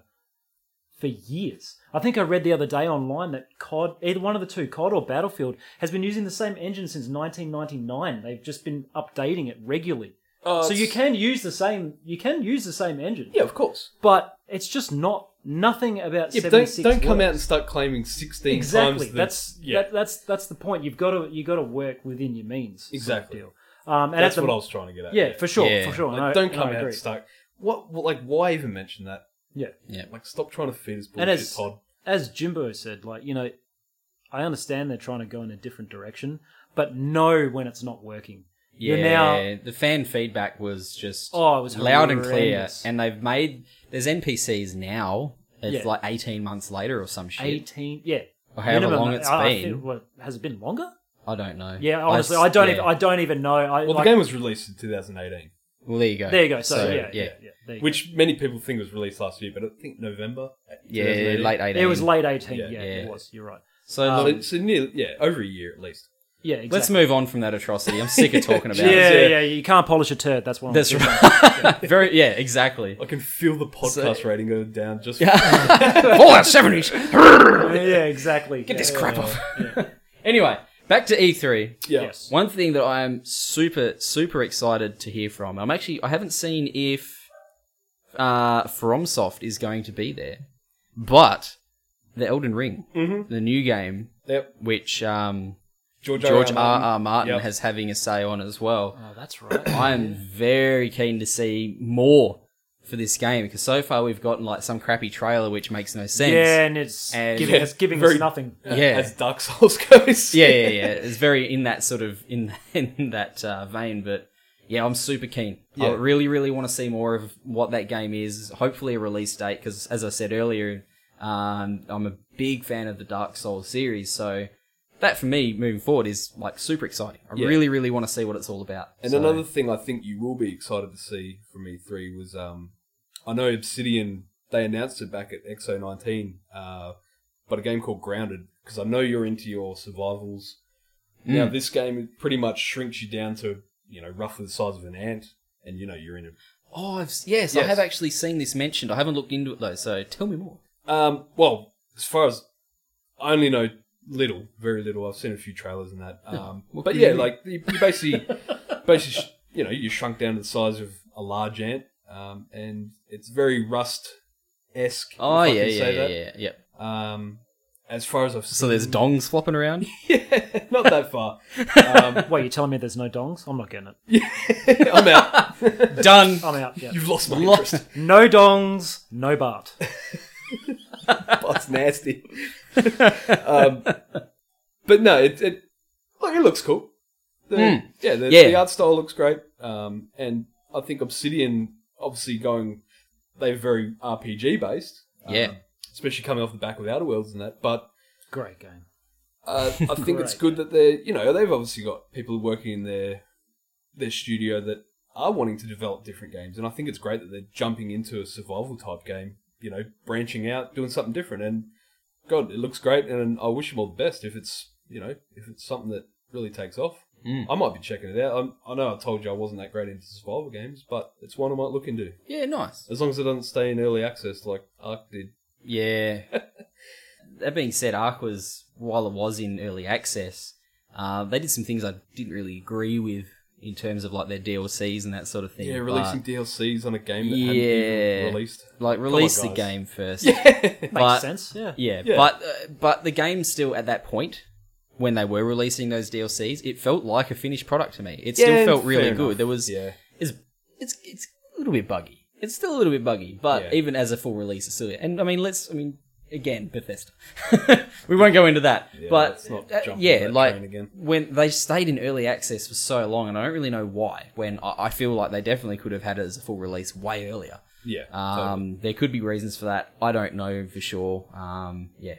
for years. I think I read the other day online that COD, either one of the two, COD or Battlefield, has been using the same engine since 1999. They've just been updating it regularly.
Uh,
so you can use the same you can use the same engine.
Yeah, of course.
But it's just not nothing about
Yeah, but
76
don't, don't come
works
out and start claiming 16
exactly.
times the-
that's
yeah,
that, that's that's the point. You've got to you got to work within your means. sort of
Exactly.
deal. Um, and
that's
at the,
what I was trying to get at.
Yeah, for sure,
Yeah.
for sure.
Like,
And I-
don't
and
come
I
out
agree.
and start. What, what, like, why even mention that?
Yeah,
yeah.
Like, stop trying to feed us bullshit,
and as
Todd.
as Jimbo said, like you know, I understand they're trying to go in a different direction, but know when it's not working.
Yeah,
You're now
the fan feedback was just
Oh, it was
loud and clear,
horrendous.
and they've made there's NPCs now. It's
Yeah.
like eighteen months later or some shit,
eighteen. Yeah.
or however
Minimum,
long it's
I- I
been.
think- what, has it been longer?
I don't know.
Yeah, honestly, I, don't. Even, I don't even know. I,
Well,
like-
the game was released in 2018,
Well, there you go.
there you go. So, yeah, yeah, yeah. there you go.
which many people think was released last year, but I think November. uh,
yeah,
2018.
late eighteen.
it was late eighteen.
Yeah,
Yeah,
yeah.
it was. You're right.
So
Um,
look,
so, so near, yeah, over a year at least.
Yeah, exactly.
let's move on from that atrocity. I'm sick of talking about it.
Yeah,
Yeah.
yeah, You can't polish a turd. That's what I'm [laughs]
That's
saying.
right. [laughs] Very yeah,
[laughs]
exactly.
I can feel the podcast rating go down
[laughs]
just.
Fallout seventies.
yeah, exactly.
Get this
Yeah.
crap off. [laughs] anyway, back to E3.
yeah.
Yes.
One thing that I am super super excited to hear from. I'm actually I haven't seen if uh, FromSoft is going to be there, but the Elden Ring,
Mm-hmm.
the new game,
Yep.
which um,
George,
George
R.
R.
Martin.
R. Martin
Yep.
has having a say on as well.
Oh, that's right.
I am very keen to see more for this game because so far we've gotten like some crappy trailer which makes no sense.
yeah, and it's
And-
giving
Yeah,
us giving
very-
us nothing.
Yeah.
As Dark Souls [laughs] goes.
yeah, yeah, yeah. It's very in that sort of in [laughs] in that uh, vein, but yeah, I'm super keen. I
Yeah.
really, really want to see more of what that game is. Hopefully, a release date because, as I said earlier, um, I'm a big fan of the Dark Souls series, so that for me moving forward is like super exciting. I
Yeah.
really, really want to see what it's all about.
And
So-
another thing I think you will be excited to see from E3 was um, I know Obsidian they announced it back at XO19, uh, but a game called Grounded because I know you're into your survivals. Now this game pretty much shrinks you down to you know roughly the size of an ant, and you know you're in a
oh, I've, yes, I
Yes.
have actually seen this mentioned. I haven't looked into it though, so tell me more.
Um, well, as far as I only know little, very little. I've seen a few trailers
[laughs]
and that. Um,
what
but
can
yeah,
you do?
like you, you
[laughs]
basically, basically, sh- you know, you shrunk down to the size of a large ant, um, and it's very rust esque.
Oh yeah, yeah, yeah, yeah, yeah.
Um, as far as I've seen,
So there's dongs flopping around.
yeah, not that far. [laughs] Um,
Wait, you're telling me there's no dongs? I'm not getting it.
I'm out.
[laughs] Done.
I'm out. Yeah.
You've lost
[laughs]
my
Lost.
interest.
No dongs, no Bart.
That's nasty. um, but no, it, it look, it looks cool. The,
Mm.
Yeah, the,
Yeah.
the art style looks great. Um, and I think Obsidian, obviously going, they're very RPG based. um,
Yeah.
Especially coming off the back of Outer Worlds and that, but
Great game.
uh, I think it's
Right.
good that they're you know they've obviously got people working in their their studio that are wanting to develop different games, and I think it's great that they're jumping into a survival type game you know, branching out, doing something different. And God, it looks great, and I wish him all the best. If it's you know, if it's something that really takes off,
Mm.
I might be checking it out. I'm, I know I told you I wasn't that great into survival games, but it's one I might look into.
Yeah, nice.
As long as it doesn't stay in early access like Ark did.
[laughs] Yeah. that being said, Ark was while it was in early access, uh, they did some things I didn't really agree with in terms of like their DLCs and that sort of thing.
Yeah,
but,
releasing DLCs on a game that hadn't
Yeah.
even released.
like release the
guys.
game [laughs] first.
Yeah.
Makes
But-
sense. Yeah.
Yeah,
Yeah.
but uh, but the game still at that point when they were releasing those DLCs, it felt like a finished product to me. It still
Yeah,
felt really
fair
good.
enough.
There was
yeah.
it's it's it's a little bit buggy. It's still a little bit buggy, but
Yeah.
even as a full release, it's still. And I mean, let's. I mean, again, Bethesda. [laughs] we won't go into that,
Yeah,
but
let's not
uh,
jump on
yeah,
that
like
train again.
when they stayed in early access for so long, and I don't really know why. When I, I feel like they definitely could have had it as a full release way earlier.
Yeah. totally.
Um, there could be reasons for that. I don't know for sure. Um, yeah.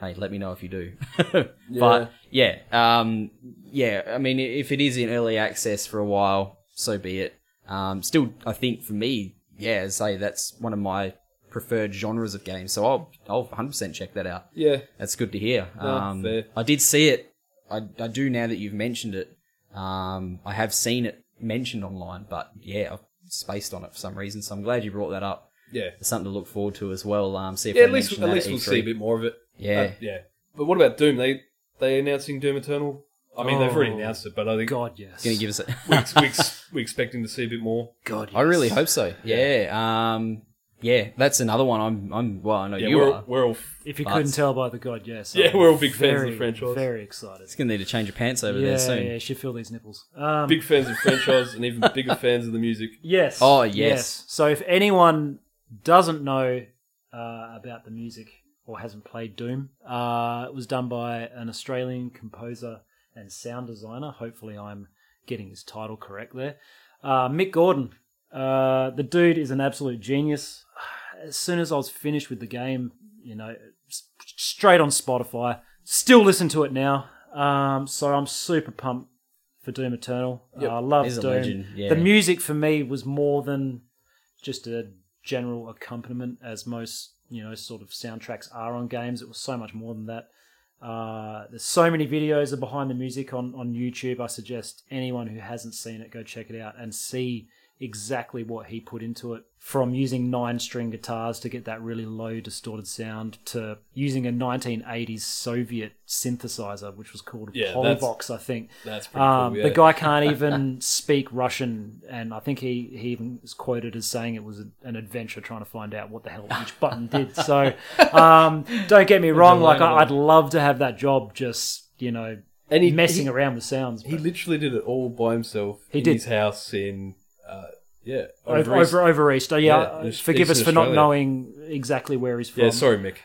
Hey, let me know if you do. [laughs] But yeah, um, yeah. I mean, i- if it is in early access for a while, so be it. Um, still, I think for me, yeah, as I say that's one of my preferred genres of games. So I'll, I'll 100% check that out.
Yeah.
That's good to hear.
No,
um,
fair.
I did see it. I, I do now that you've mentioned it. Um, I have seen it mentioned online, but yeah, I've spaced on it for some reason. So I'm glad you brought that up.
Yeah.
It's something to look forward to as well. Um, see if
Yeah,
they
at least
mention
at
that
least
at
we'll
E3.
see a bit more of it.
Yeah,
Uh, yeah. But what about Doom? They they announcing Doom Eternal? I mean, they've already
Oh.
announced it, but I think
God, yes.
gonna give us
[laughs]
a
we ex- we ex- [laughs] we're expecting to see a bit more.
God, yes.
I really hope so. Yeah. Um. Yeah, that's another one. I'm. I'm. Well, I know
Yeah,
you
we're,
are.
we're all f-
If you
But-
couldn't tell by the God, yes.
Yeah,
I'm
we're all big fans of the
very,
franchise.
Very excited.
It's gonna need to change your pants over
yeah,
there soon.
yeah, should feel these nipples. Um,
big fans of franchise and even
[laughs]
bigger fans of the music.
Yes.
Oh, yes.
So if anyone doesn't know uh, about the music or hasn't played Doom, uh, it was done by an Australian composer and sound designer. Hopefully, I'm getting his title correct there. Uh, Mick Gordon. Uh, the dude is an absolute genius. As soon as I was finished with the game, you know, s- straight on Spotify. Still listen to it now. Um, so I'm super pumped for Doom Eternal. Uh,
Yep.
I love
He's a
Doom.
legend, yeah.
The music for me was more than just a general accompaniment, as most you know sort of soundtracks are on games. It was so much more than that. Uh, there's so many videos of behind the music on on YouTube. I suggest anyone who hasn't seen it go check it out and see exactly what he put into it from using nine string guitars to get that really low distorted sound to using a 1980s soviet synthesizer which was called
Yeah, that's-
polyvox i think
That's pretty
um,
cool. Yeah.
The
[laughs]
guy can't even speak Russian, and I think he, he even is quoted as saying it was an adventure trying to find out what the hell
[laughs]
each button did. So um, don't get me wrong, like I, I'd love to have that job, just you know,
and
messing around with sounds.
He
but-
literally did it all by himself.
He
in
did.
his house in uh, yeah
over,
East-
over over Easter, yeah.
Yeah,
uh,
it's-
forgive
it's
us
in
for not
Australia.
knowing exactly where he's from.
Yeah, sorry, Mick.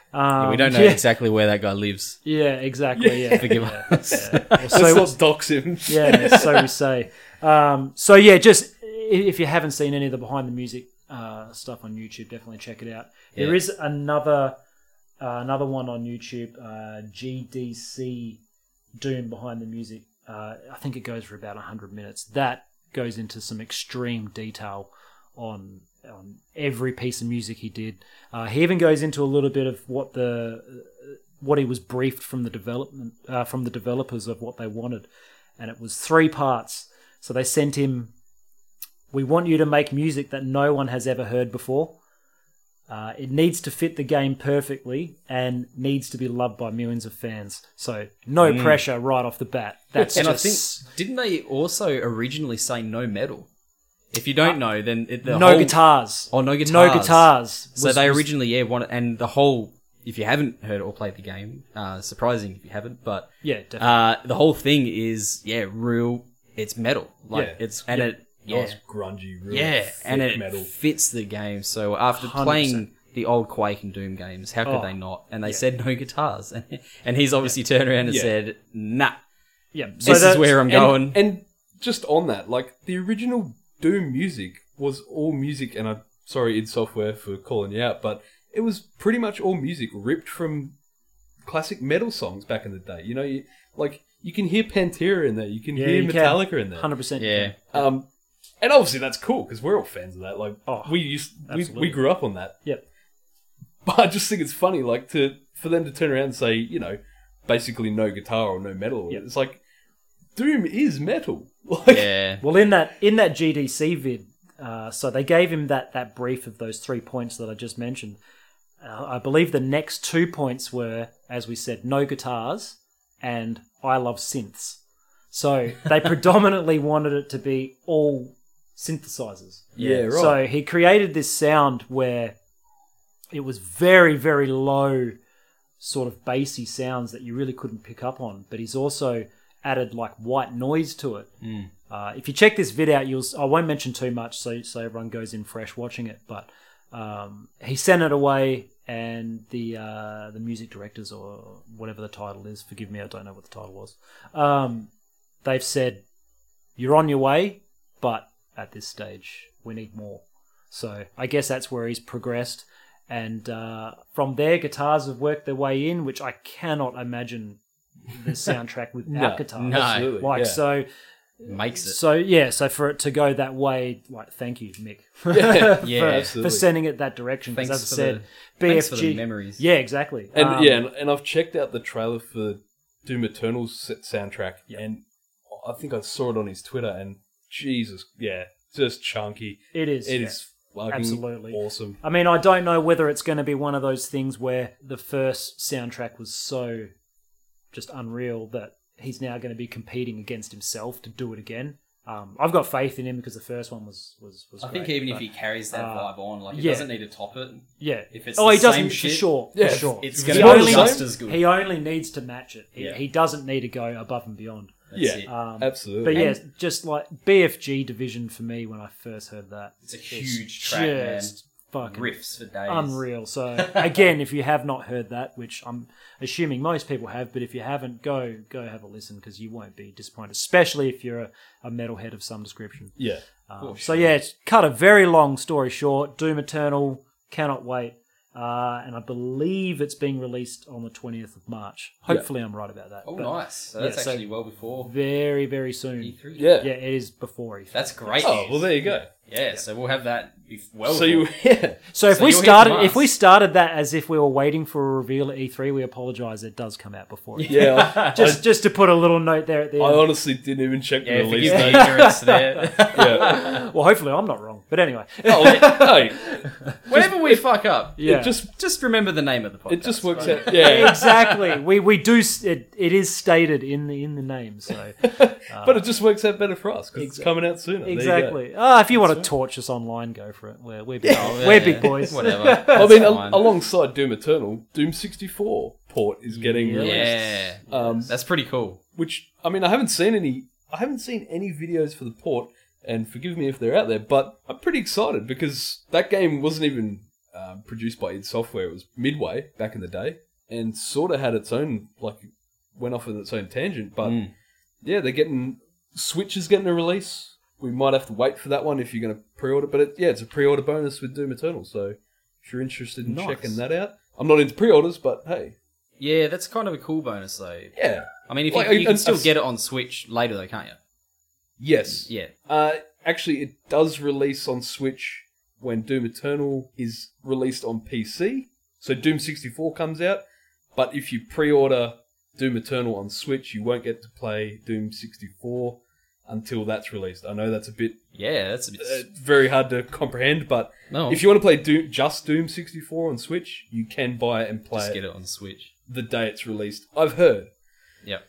we don't know
Um, yeah,
exactly where that guy lives.
[laughs] yeah, exactly.
[laughs]
Yeah,
Forgive
yeah.
us.
Or
Let's [laughs]
so
not dox him.
yeah, so we say. Um, so yeah, just i- if you haven't seen any of the behind the music uh, stuff on YouTube, definitely check it out. There
Yeah.
is another uh, another one on YouTube, uh, GDC Doom behind the music. Uh, I think it goes for about hundred minutes. That goes into some extreme detail on on every piece of music he did. Uh, he even goes into a little bit of what the what he was briefed from the development uh, from the developers of what they wanted, and it was three parts. So they sent him, "We want you to make music that no one has ever heard before. Uh, it needs to fit the game perfectly and needs to be loved by millions of fans. So no pressure right off the bat. [laughs] That's
Mm. and
just
I think didn't they also originally say no metal? If you don't know, then it, the
Uh, no
whole-
guitars.
Oh, no
No
guitars.
guitars.
So
was-
they
was-
originally yeah wanted, and the whole. If you haven't heard or played the game, uh, surprising if you haven't, but
yeah, definitely.
uh, the whole thing is yeah real. It's metal, like
Yeah.
it's and it yeah
Nice grungy, really
yeah,
thick
and it
metal.
fits the game. So after
100%.
playing the old Quake and Doom games, how could
Oh,
they not? And they said no guitars, [laughs] and and he's obviously turned around and
Yeah.
said nah.
yeah. So
This is
that's-
where I'm
And-
going.
And, just on that, like the original Doom music was all music, and I'm sorry, id Software for calling you out, but it was pretty much all music ripped from classic metal songs back in the day. You know, you, like you can hear Pantera in there, you can
Yeah,
hear
you can.
Metallica in there,
100%.
yeah,
um, and obviously that's cool because we're all fans of that. Like
Oh,
we used, we, we
absolutely.
grew up on that.
Yep.
[laughs] But I just think it's funny, like to for them to turn around and say, you know, basically no guitar or no metal.
Yep.
It's like Doom is metal. [laughs] Like,
[laughs]
Yeah.
Well, in that in that GDC vid, uh, so they gave him that that brief of those three points that I just mentioned. Uh, I believe the next two points were, as we said, no guitars and I love synths. So
[laughs]
they predominantly wanted it to be all synthesizers.
yeah, right.
So he created this sound where it was very, very low, sort of bassy sounds that you really couldn't pick up on. But he's also added like white noise to it.
Hmm.
Uh, if you check this vid out, you'll. s- I won't mention too much, so so everyone goes in fresh watching it. But um, he sent it away, and the uh, the music directors or whatever the title is, forgive me, I don't know what the title was. Um, they've said you're on your way, but at this stage, we need more. So I guess that's where he's progressed. And uh, from there, guitars have worked their way in, which I cannot imagine
[laughs]
the soundtrack without
No,
guitars.
no,
absolutely,
like
yeah.
so,
Makes it.
so yeah. So for it to go that way, like thank you, Mick, [laughs]
Yeah,
for,
yeah,
absolutely.
for sending it that direction. Because
Thanks
as
for
I said,
the-
BFG,
thanks for the memories.
Yeah, exactly.
And
Um,
yeah, and, and I've checked out the trailer for Doom Eternal's s- soundtrack, and I think I saw it on his Twitter. And Jesus, yeah, just chunky.
it is.
It
yeah.
is fucking
Absolutely.
awesome.
I mean, I don't know whether it's going to be one of those things where the first soundtrack was so just unreal that he's now going to be competing against himself to do it again. Um, I've got faith in him because the first one was was was.
I think
great,
even if
but-
he carries that
uh,
vibe on, like he
yeah.
doesn't need to top it.
yeah,
if it's
oh,
the
he doesn't
same
for
shit,
sure,
yeah,
for sure.
It's
If
going
it's
to
not
be
the
just
same,
as good.
He only needs to match it. He,
Yeah.
he doesn't need to go above and beyond.
That's
yeah,
it.
Um,
absolutely.
But yeah, just like BFG division for me when I first heard that,
It's a
it's
huge track, man.
just fucking
Riffs for days.
Unreal.
[laughs]
So again, if you have not heard that, which I'm assuming most people have, but if you haven't, go go have a listen because you won't be disappointed, especially if you're a, a metalhead of some description.
yeah.
Um,
Oh,
so yeah, it's cut a very long story short. Doom Eternal cannot wait, uh, and I believe it's being released on the 20th of March. Hopefully, I'm right about that.
Oh,
but
nice. So
yeah,
that's
so-
actually well before
Very very soon.
E3.
yeah,
Yeah, it is before E E3.
That's great.
Oh
news.
well, there you go.
Yeah, so we'll have that bef- well.
so you, [laughs]
before.
yeah,
So if
So
we
you'll hear
started
from
if we
us.
started that as if we were waiting for a reveal at E3, we apologise. It does come out before. E3.
yeah. I,
[laughs] Just just to put a little note there at the
I
end.
honestly didn't even check the
yeah,
release
forgive the
date.
ignorance
[laughs]
there.
Yeah.
Well, hopefully I'm not wrong. But anyway,
Oh, hey,
Whenever we fuck up,
yeah,
it just
just remember the name of the podcast.
it just works
right?
out. Yeah,
[laughs] exactly.
[laughs]
We we do s- it, it is stated in the in the name. So
but it just works out better for us because
Exa-
it's coming out sooner. There you go.
exactly. Ah, if you want to torch us online, go for it. We're we're big,
Oh, yeah,
we're big
yeah.
boys.
Whatever.
I
That's
mean,
fine.
al- alongside Doom Eternal, Doom 64 port is getting
Yeah.
released.
yeah,
Um,
that's pretty cool.
which I mean, I haven't seen any. I haven't seen any videos for the port, and forgive me if they're out there, but I'm pretty excited because that game wasn't even uh, produced by id Software. It was Midway back in the day, and sort of had its own like went off on its own tangent. But
Mm.
yeah, they're getting Switch is getting a release. We might have to wait for that one if you're going to pre-order, but it, yeah, it's a pre-order bonus with Doom Eternal. So if you're interested in
Nice.
checking that out, I'm not into pre-orders, but hey,
Yeah, that's kind of a cool bonus though.
yeah,
I mean, if
Like,
you, you
a-
can
a-
still
a-
get it on Switch later though, can't you?
yes,
Yeah.
Uh, actually, it does release on Switch when Doom Eternal is released on PC. So Doom 64 comes out, but if you pre-order Doom Eternal on Switch, you won't get to play Doom 64 until that's released. I know that's a bit
Yeah, that's a bit.
uh, very hard to comprehend, but
no,
if you want to play Doom, just Doom 64 on Switch, you can buy it and play
just
it,
get it on Switch.
the day it's released. I've heard
Yep.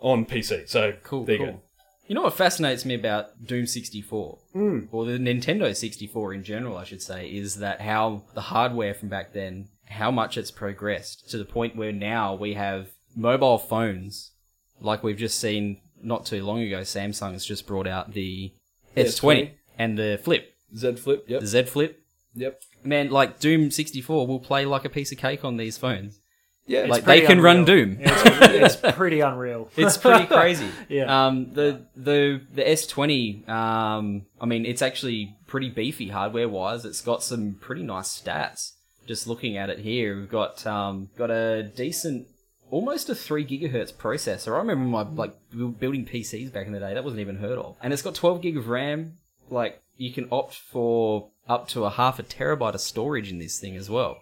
on PC. So
Cool.
There
cool.
you go.
You know what fascinates me about Doom 64,
Mm.
or the Nintendo 64 in general, I should say, is that how the hardware from back then, how much it's progressed to the point where now we have mobile phones, like we've just seen not too long ago. Samsung has just brought out the S20
S20.
and the Flip,
Z Flip. Yep.
the Z Flip.
Yep.
Man, like Doom 64 will play like a piece of cake on these phones.
Yeah.
like they
pretty
can run
unreal.
Doom. [laughs]
it's, it's pretty unreal. [laughs]
It's pretty crazy.
Yeah.
Um, the the the S20. Um, I mean, it's actually pretty beefy hardware wise. It's got some pretty nice stats. Just looking at it here, we've got um got a decent, almost a three gigahertz processor. I remember my like bu- building PCs back in the day. That wasn't even heard of. And it's got 12 gig of RAM. Like you can opt for up to a half a terabyte of storage in this thing as well.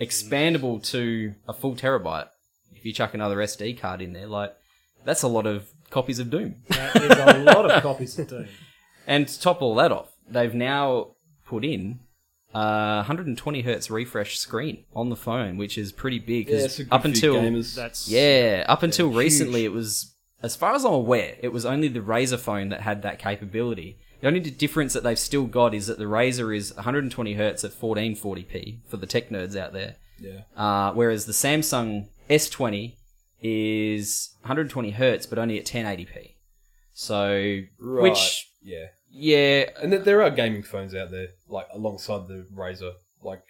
expandable to a full terabyte. If you chuck another SD card in there, like that's a lot of copies of Doom. [laughs]
That is a lot of copies of Doom.
And to top all that off, they've now put in a 120 hertz refresh screen on the phone, which is pretty big. 'cause
Yeah, it's a good
up
few
until
gamers.
That's
yeah, up until recently, it was as far as I'm aware, it was only the Razer phone that had that capability. The only difference that they've still got is that the Razer is 120 hertz at 1440p for the tech nerds out there.
yeah.
Uh, whereas the Samsung S20 is 120 hertz, but only at 1080p. So,
Right.
which
yeah,
yeah,
and th- there are gaming phones out there like alongside the Razer, like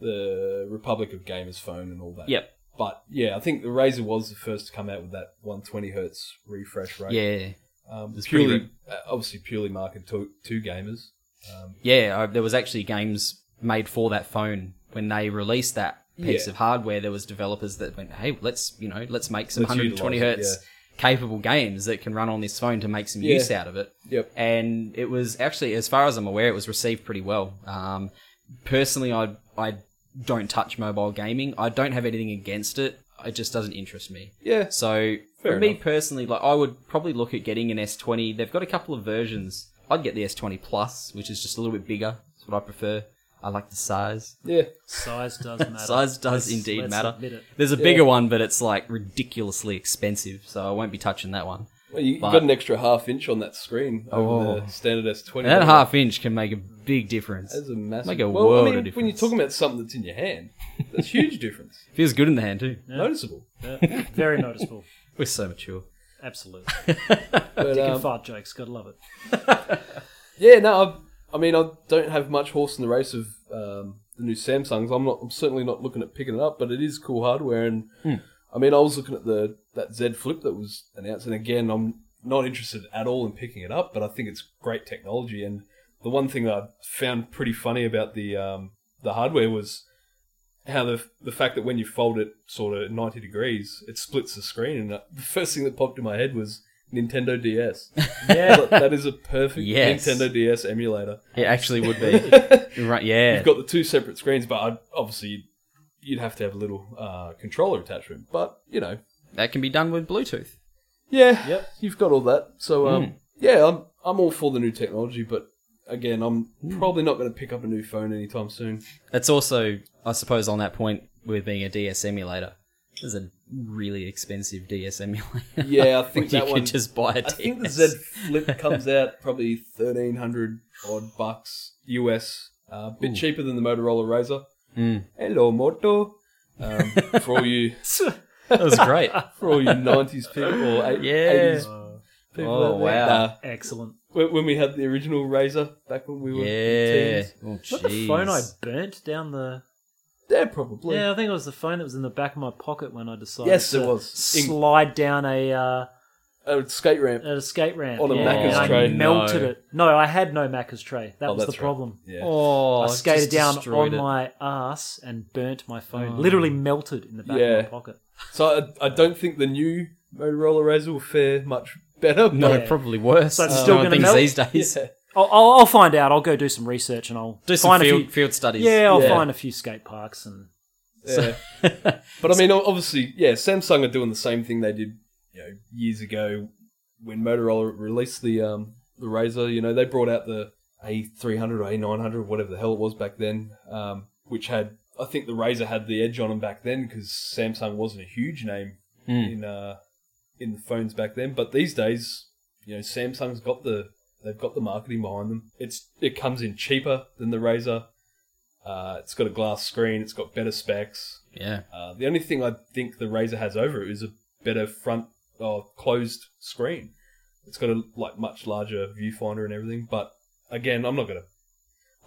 the Republic of Gamers phone and all that.
yep,
But yeah, I think the Razer was the first to come out with that 120 hertz refresh rate.
yeah,
um,
It's pretty
purely uh, obviously purely marketed to, to gamers. Um,
yeah. I, there was actually games made for that phone when they released that piece
Yeah.
of hardware. There was developers that went, "Hey, let's you know, let's make some
Let's
120
utilise it,
hertz capable games that can run on this phone to make some
Yeah.
use out of it."
yep.
and it was actually, as far as I'm aware, it was received pretty well. Um, personally, I I don't touch mobile gaming. I don't have anything against it. It just doesn't interest me.
Yeah.
So
Fair
for me
enough.
personally, like I would probably look at getting an S20. They've got a couple of versions. I'd get the S20 Plus, which is just a little bit bigger. That's what I prefer. I like the size.
Yeah.
size does matter.
Size does
Let's-
indeed
let's
matter.
admit it.
There's a bigger one, but it's like ridiculously expensive, so I won't be touching that one.
Well, you, you
But-
got an extra half inch on that screen over
Oh.
the standard S20.
And that half inch can make a big difference.
That's a massive.
Make a
well,
world
I
of
mean, when you're
difference.
talking about something that's in your hand, that's huge difference.
Feels good in the hand too.
Noticeable.
Yeah, very noticeable.
We're so mature.
Absolutely.
[laughs]
But,
Dick
um,
and fart jokes. Gotta love it.
yeah, no, I, I mean, I don't have much horse in the race of um, the new Samsungs. I'm not. I'm certainly not looking at picking it up, but it is cool hardware. And I mean, I was looking at the that Z Flip that was announced, and again, I'm not interested at all in picking it up. But I think it's great technology. And the one thing that I found pretty funny about the um, the hardware was how the the fact that when you fold it sort of 90 degrees, it splits the screen. And uh, the first thing that popped in my head was Nintendo DS.
Yeah.
that is a perfect
Yes.
Nintendo DS emulator.
It actually would be.
[laughs]
right, yeah.
You've got the two separate screens, but I'd, obviously you'd have to have a little uh, controller attachment. But you know,
that can be done with Bluetooth.
yeah,
Yep.
you've got all that. So um, yeah, I'm I'm all for the new technology, but again, I'm probably not going to pick up a new phone anytime soon.
That's also, I suppose, on that point with being a DS emulator. There's a really expensive DS emulator. [laughs]
Yeah, I think
you
that
could
one-
just buy a [laughs]
I
DS.
think the Z Flip comes out probably thirteen hundred odd bucks US, a uh, bit cheaper than the Motorola Razr. Hello, Moto. Um, for all you
that was
[laughs]
great.
for all you nineties people, or eight-
Yeah.
eighties
Uh,
people.
Oh,
out there.
wow.
Nah,
excellent.
when when we had the original Razor back when we were
yeah.
teens,
Oh,
What the
jeez.
phone I burnt down the?
yeah, probably.
Yeah, I think it was the phone that was in the back of my pocket when I decided.
Yes,
to
it was. In-
Slide down a uh,
A skate ramp.
an escape ramp
On a
yeah,
Macca's
and I
tray.
melted
No.
it. No, I had no Macca's tray. That
Oh,
was the
that's right.
problem.
Yeah.
Oh,
I
just
skated down
destroyed
on
it.
my ass and burnt my phone.
Oh.
Literally melted in the back
Yeah.
of my pocket.
So I, I don't think the new Motorola Razor will fare much better.
No, [laughs]
but-
probably worse.
So it's
than
still
other
gonna
things
melt?
these days.
Yeah.
I'll, I'll, I'll find out. I'll go do some research and I'll
Do some
find
field,
a few.
field studies.
Yeah, I'll
Yeah.
find a few skate parks and
Yeah. [laughs] but I mean, o- obviously, yeah, Samsung are doing the same thing they did, you know, years ago when Motorola released the um the Razor. You know, they brought out the A300 or A900, whatever the hell it was back then, um, which had I think the Razor had the edge on them back then because Samsung wasn't a huge name
Mm.
in uh in the phones back then. But these days, you know, Samsung's got the they've got the marketing behind them. It's it comes in cheaper than the Razor. Uh, it's got a glass screen. It's got better specs.
Yeah.
Uh, the only thing I think the Razer has over it is a better front or closed screen. It's got a like much larger viewfinder and everything. But again, I'm not gonna.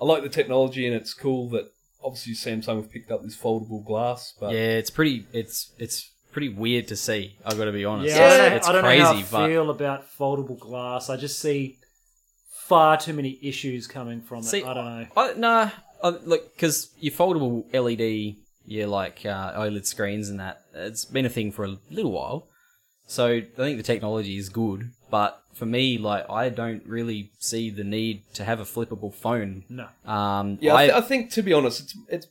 I like the technology and it's cool that obviously Samsung have picked up this foldable glass. But
Yeah, it's pretty. It's it's pretty weird to see. I've got to be honest.
Yeah, I don't know,
it's
I don't
crazy,
know how I
but
feel about foldable glass. I just see far too many issues coming from it.
See,
I don't know.
I, nah, I, look, because your foldable LED, yeah, like uh, OLED screens and that, it's been a thing for a little while. So I think the technology is good, but for me, like, I don't really see the need to have a flippable phone.
No.
Um,
yeah, I,
I,
th- I think to be honest, it's it's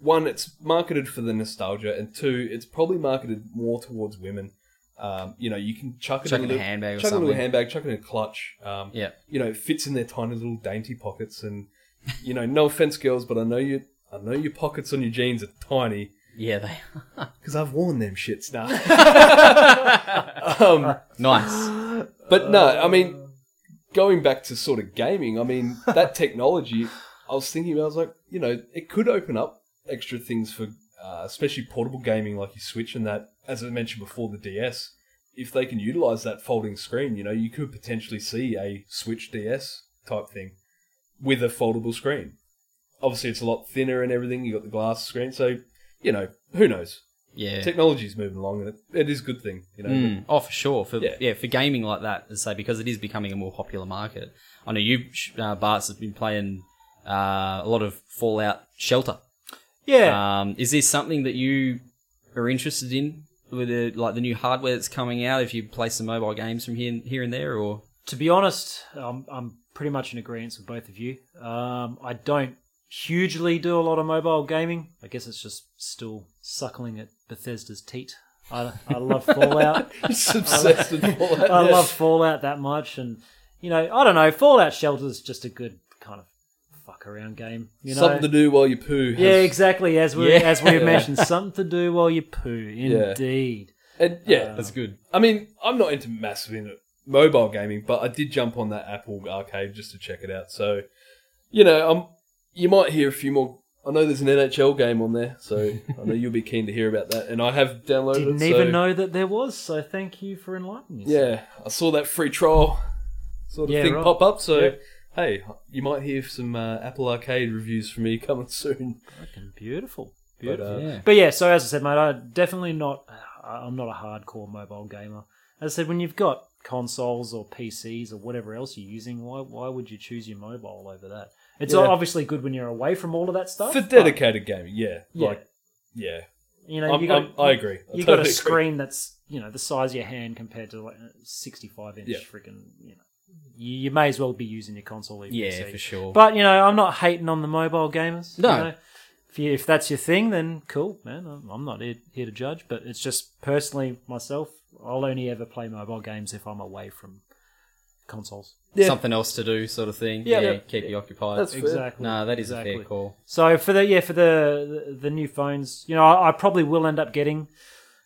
one, it's marketed for the nostalgia, and two, it's probably marketed more towards women. Um, you know, you can chuck it
Chuck
in
in a handbag or
chuck it in a
something.
handbag, chuck it in a clutch. Um,
Yeah.
you know, it fits in their tiny little dainty pockets, and you know, no offense, girls, but I know you, I know your pockets on your jeans are tiny
Yeah, [laughs] they are.
because I've worn them shits now. um,
nice.
but no, I mean, going back to sort of gaming, I mean,
[laughs]
that technology, I was thinking, I was like, you know, it could open up extra things for, uh, especially portable gaming like your Switch and that, as I mentioned before, the DS. If they can utilize that folding screen, you know, you could potentially see a Switch DS type thing with a foldable screen. Obviously, it's a lot thinner and everything. You got the glass screen, so you know who knows.
Yeah.
Technology's moving along, and it, it is a good thing. You know, [laughs]
Hmm.
Mm. Oh, for sure. For yeah.
Yeah.
for gaming like that, as I say because it is becoming a more popular market. I know you, sh- uh, Bart's, have been playing uh, a lot of Fallout Shelter.
Yeah.
[laughs] Um, is there something that you are interested in with the, like the new hardware that's coming out? If you play some mobile games from here and, here and there, or
to be honest, I'm, I'm pretty much in agreement with both of you. Um, I don't hugely do a lot of mobile gaming. I guess it's just still suckling at Bethesda's teat. I, I love Fallout.
It's obsessed with all that.
[laughs] I
Yeah.
love Fallout that much, and you know, I don't know. Fallout Shelter is just a good kind of fuck around game. You know,
something to do while you poo. has-
yeah, exactly. As we
Yeah.
as we mentioned, something to do while you poo.
Yeah.
Indeed.
And
Uh,
yeah,
that's good.
I mean, I'm not into massive into mobile gaming, but I did jump on that Apple Arcade just to check it out. So, you know, um, you might hear a few more. I know there's an NHL game on there,
[laughs]
so I know you'll be keen to hear about that. And I have downloaded.
Didn't
it,
even
so-
know that there was. So thank you for enlightening us.
Yeah, I saw that free trial sort of
Yeah,
thing
right.
pop up. So,
Yeah.
hey, you might hear some uh, Apple Arcade reviews from me [laughs] coming soon.
Fucking beautiful.
But,
Beautiful.
uh,
Yeah.
But yeah, so as I said, mate, I definitely not. I- I'm not a hardcore mobile gamer. As I said, when you've got consoles or PCs or whatever else you're using, why why would you choose your mobile over that? It's
Yeah.
obviously good when you're away from all of that stuff.
for
but,
dedicated gaming, yeah,
Yeah.
like yeah,
you know,
I'm-
you got,
I'm- I agree. I
you got
totally agree.
a screen that's you know the size of your hand compared to like a 65 inch
Yeah.
freaking. You know, you, you may as well be using your console. Even
Yeah,
PC.
for sure.
But you know, I'm not hating on the mobile gamers. you
No.
know. if you, if that's your thing, then cool, man. I'm, I'm not here, here to judge, but it's just personally myself. I'll only ever play mobile games if I'm away from consoles.
Something else to do, sort of thing.
Yeah.
Yeah,
Yeah.
keep you occupied.
That's fair.
Exactly.
no, that is a
exactly.
fair call.
So for the yeah for the the, the new phones, you know, I, I probably will end up getting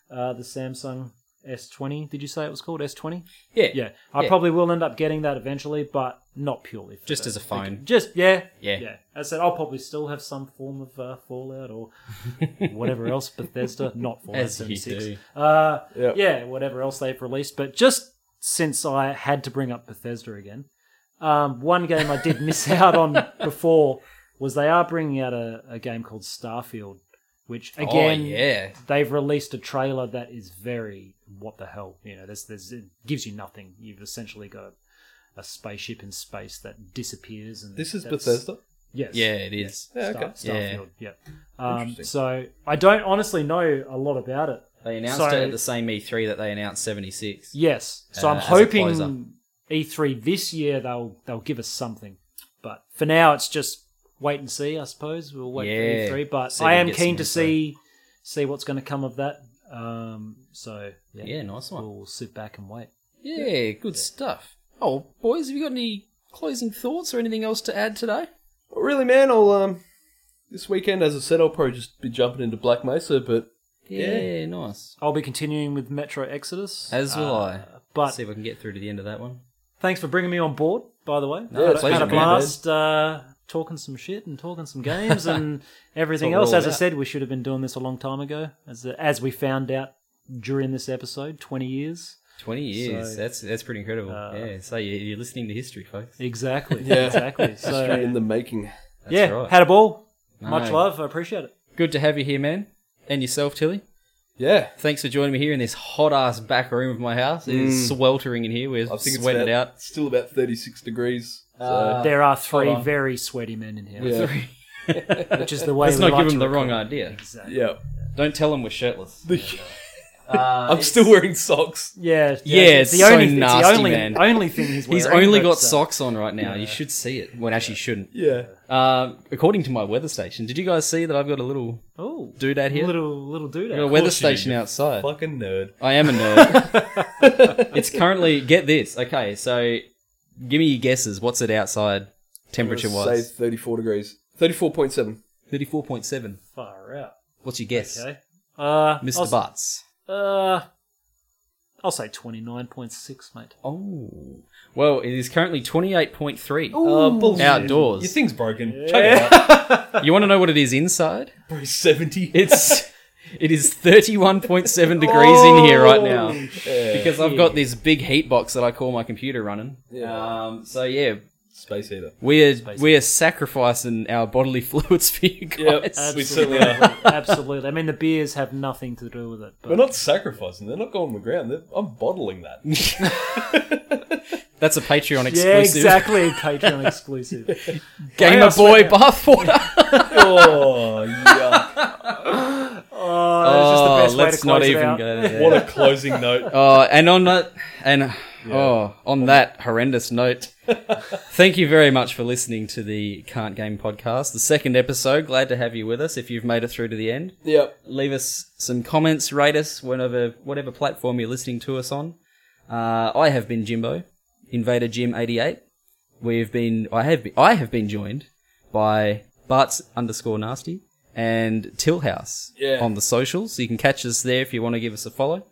uh, the Samsung S20. Did you say it was called S20?
Yeah,
Yeah, I
Yeah.
probably will end up getting that eventually, but not purely for
Just
that.
as a phone.
Just yeah,
Yeah.
yeah. As I said, I'll probably still have some form of uh, Fallout
[laughs]
or whatever else Bethesda, not Fallout
As you
76.
do.
Uh,
Yep.
yeah, whatever else they've released. But just since I had to bring up Bethesda again, um, one game I did miss [laughs] out on before was they are bringing out a, a game called Starfield, which again,
oh yeah,
they've released a trailer that is very what the hell you know there's there's it gives you nothing you've essentially got a, a spaceship in space that disappears and
This is
that's-
Bethesda.
yes
yeah, it is.
Yeah, okay.
Star,
Yeah.
Starfield yeah, Um,
Interesting.
so I don't honestly know a lot about it
They announced
So-
it at the same E3 that they announced 76.
yes so
Uh,
I'm
as a closer.
hoping E3 this year they'll they'll give us something but for now it's just wait and see I suppose we'll wait
Yeah.
for E3 but
See if
I
we
am
get
keen
some E info.
to see see what's going to come of that um, so yeah,
Yeah, nice one.
we'll sit back and wait.
Yeah, good stuff. Oh, boys, have you got any closing thoughts or anything else to add today?
Well, really, man, I'll um this weekend, as I said, I'll probably just be jumping into Black Mesa, but
Yeah,
Yeah.
nice.
I'll be continuing with Metro Exodus. uh,
As will I.
But
see if I can get through to the end of that one.
thanks for bringing me on board, by the way.
No,
it's
had
pleasure,
a
man.
blast uh, talking some shit and talking
[laughs]
some games and everything
That's what
else.
we're all
As I
about.
said, we should have been doing this a long time ago, as as we found out during this episode, twenty years
20 years.
So-
that's that's pretty incredible.
Uh,
yeah, so you- you're listening to history, folks.
exactly.
Yeah.
[laughs]
exactly. So
in the making.
That's
yeah,
right.
had a ball.
No.
Much love. I appreciate it.
Good to have you here, man. And yourself, Tilly.
Yeah,
Thanks for joining me here in this hot ass back room of my house. It is sweltering in here. We're
I think it's
sweating
about,
it out. Ah,
Still about thirty-six degrees. So.
there are three
Uh, hold on.
very sweaty men in here,
yeah,
which is the way.
Let's
we
not
like
give
to
them the
record.
wrong idea.
Exactly.
yeah.
Don't tell them we're shirtless.
The-
Uh,
I'm
it's-
still wearing socks.
Yeah,
Yeah, it's so nasty,
the only,
man.
only thing he's wearing.
He's only
but,
got
uh,
socks on right now. You should see it. Well, actually, you shouldn't.
Yeah.
Uh, according to my weather station, did you guys see that I've got a little
Oh,
doodad here?
little little
I've got a
doodad.
weather
course you do,
station
you
outside.
Fucking nerd.
I am a nerd.
[laughs]
it's currently get this. Okay, so give me your guesses. What's it outside temperature
Say
wise?
34 degrees. 34.7.
Thirty four point seven.
Far out.
What's your guess,
Okay. Uh,
Mr.
I'll,
Butts?
Uh, I'll say twenty nine point six, mate.
Oh, well, it is currently twenty eight point three
Uh, bullshit.
outdoors.
Your thing's broken. Chuck it out.
you want to know what it is inside?
Probably 70. [laughs]
It's it is thirty one point seven degrees in here right now. Because I've got this big heat box that I call my computer running.
Yeah.
Um, so yeah,
Space heater.
we are we are sacrificing our bodily [laughs] fluids for you guys.
Yep. We
Absolutely,
certainly are.
[laughs] absolutely. I mean, the beers have nothing to do with it.
We're
But
not sacrificing. They're not going on the ground. They're, I'm bottling that.
That's a Patreon
yeah,
exclusive. [laughs]
exactly. Patreon exclusive. Uh,
Gamer
Wow,
Boy
[laughs]
bathwater.
[laughs] oh, yeah.
Oh, that's just the best way
let's
to close
not
it
even
out. [laughs]
go there.
What a closing note.
Uh, and on that, and oh, on that horrendous
[laughs]
note, thank you very much for listening to the Can't Game podcast, the second episode. Glad to have you with us. If you've made it through to the end,
[laughs] Yep.
leave us some comments, rate us whenever whatever platform you're listening to us on. Uh, I have been Jimbo, Invader Jim eighty eight. We've been I have been, I have been joined by Bart's underscore nasty and Tillhouse
Yeah.
on the socials. You can catch us there if you want to give us a follow.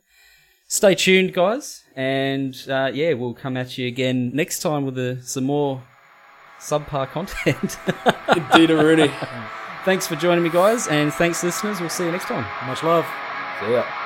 Stay tuned, guys, and uh, yeah, we'll come at you again next time with a, some more subpar content. [laughs]
Indeed, Rooney.
thanks for joining me, guys, and thanks, listeners. We'll see you next time.
Much love.
See ya.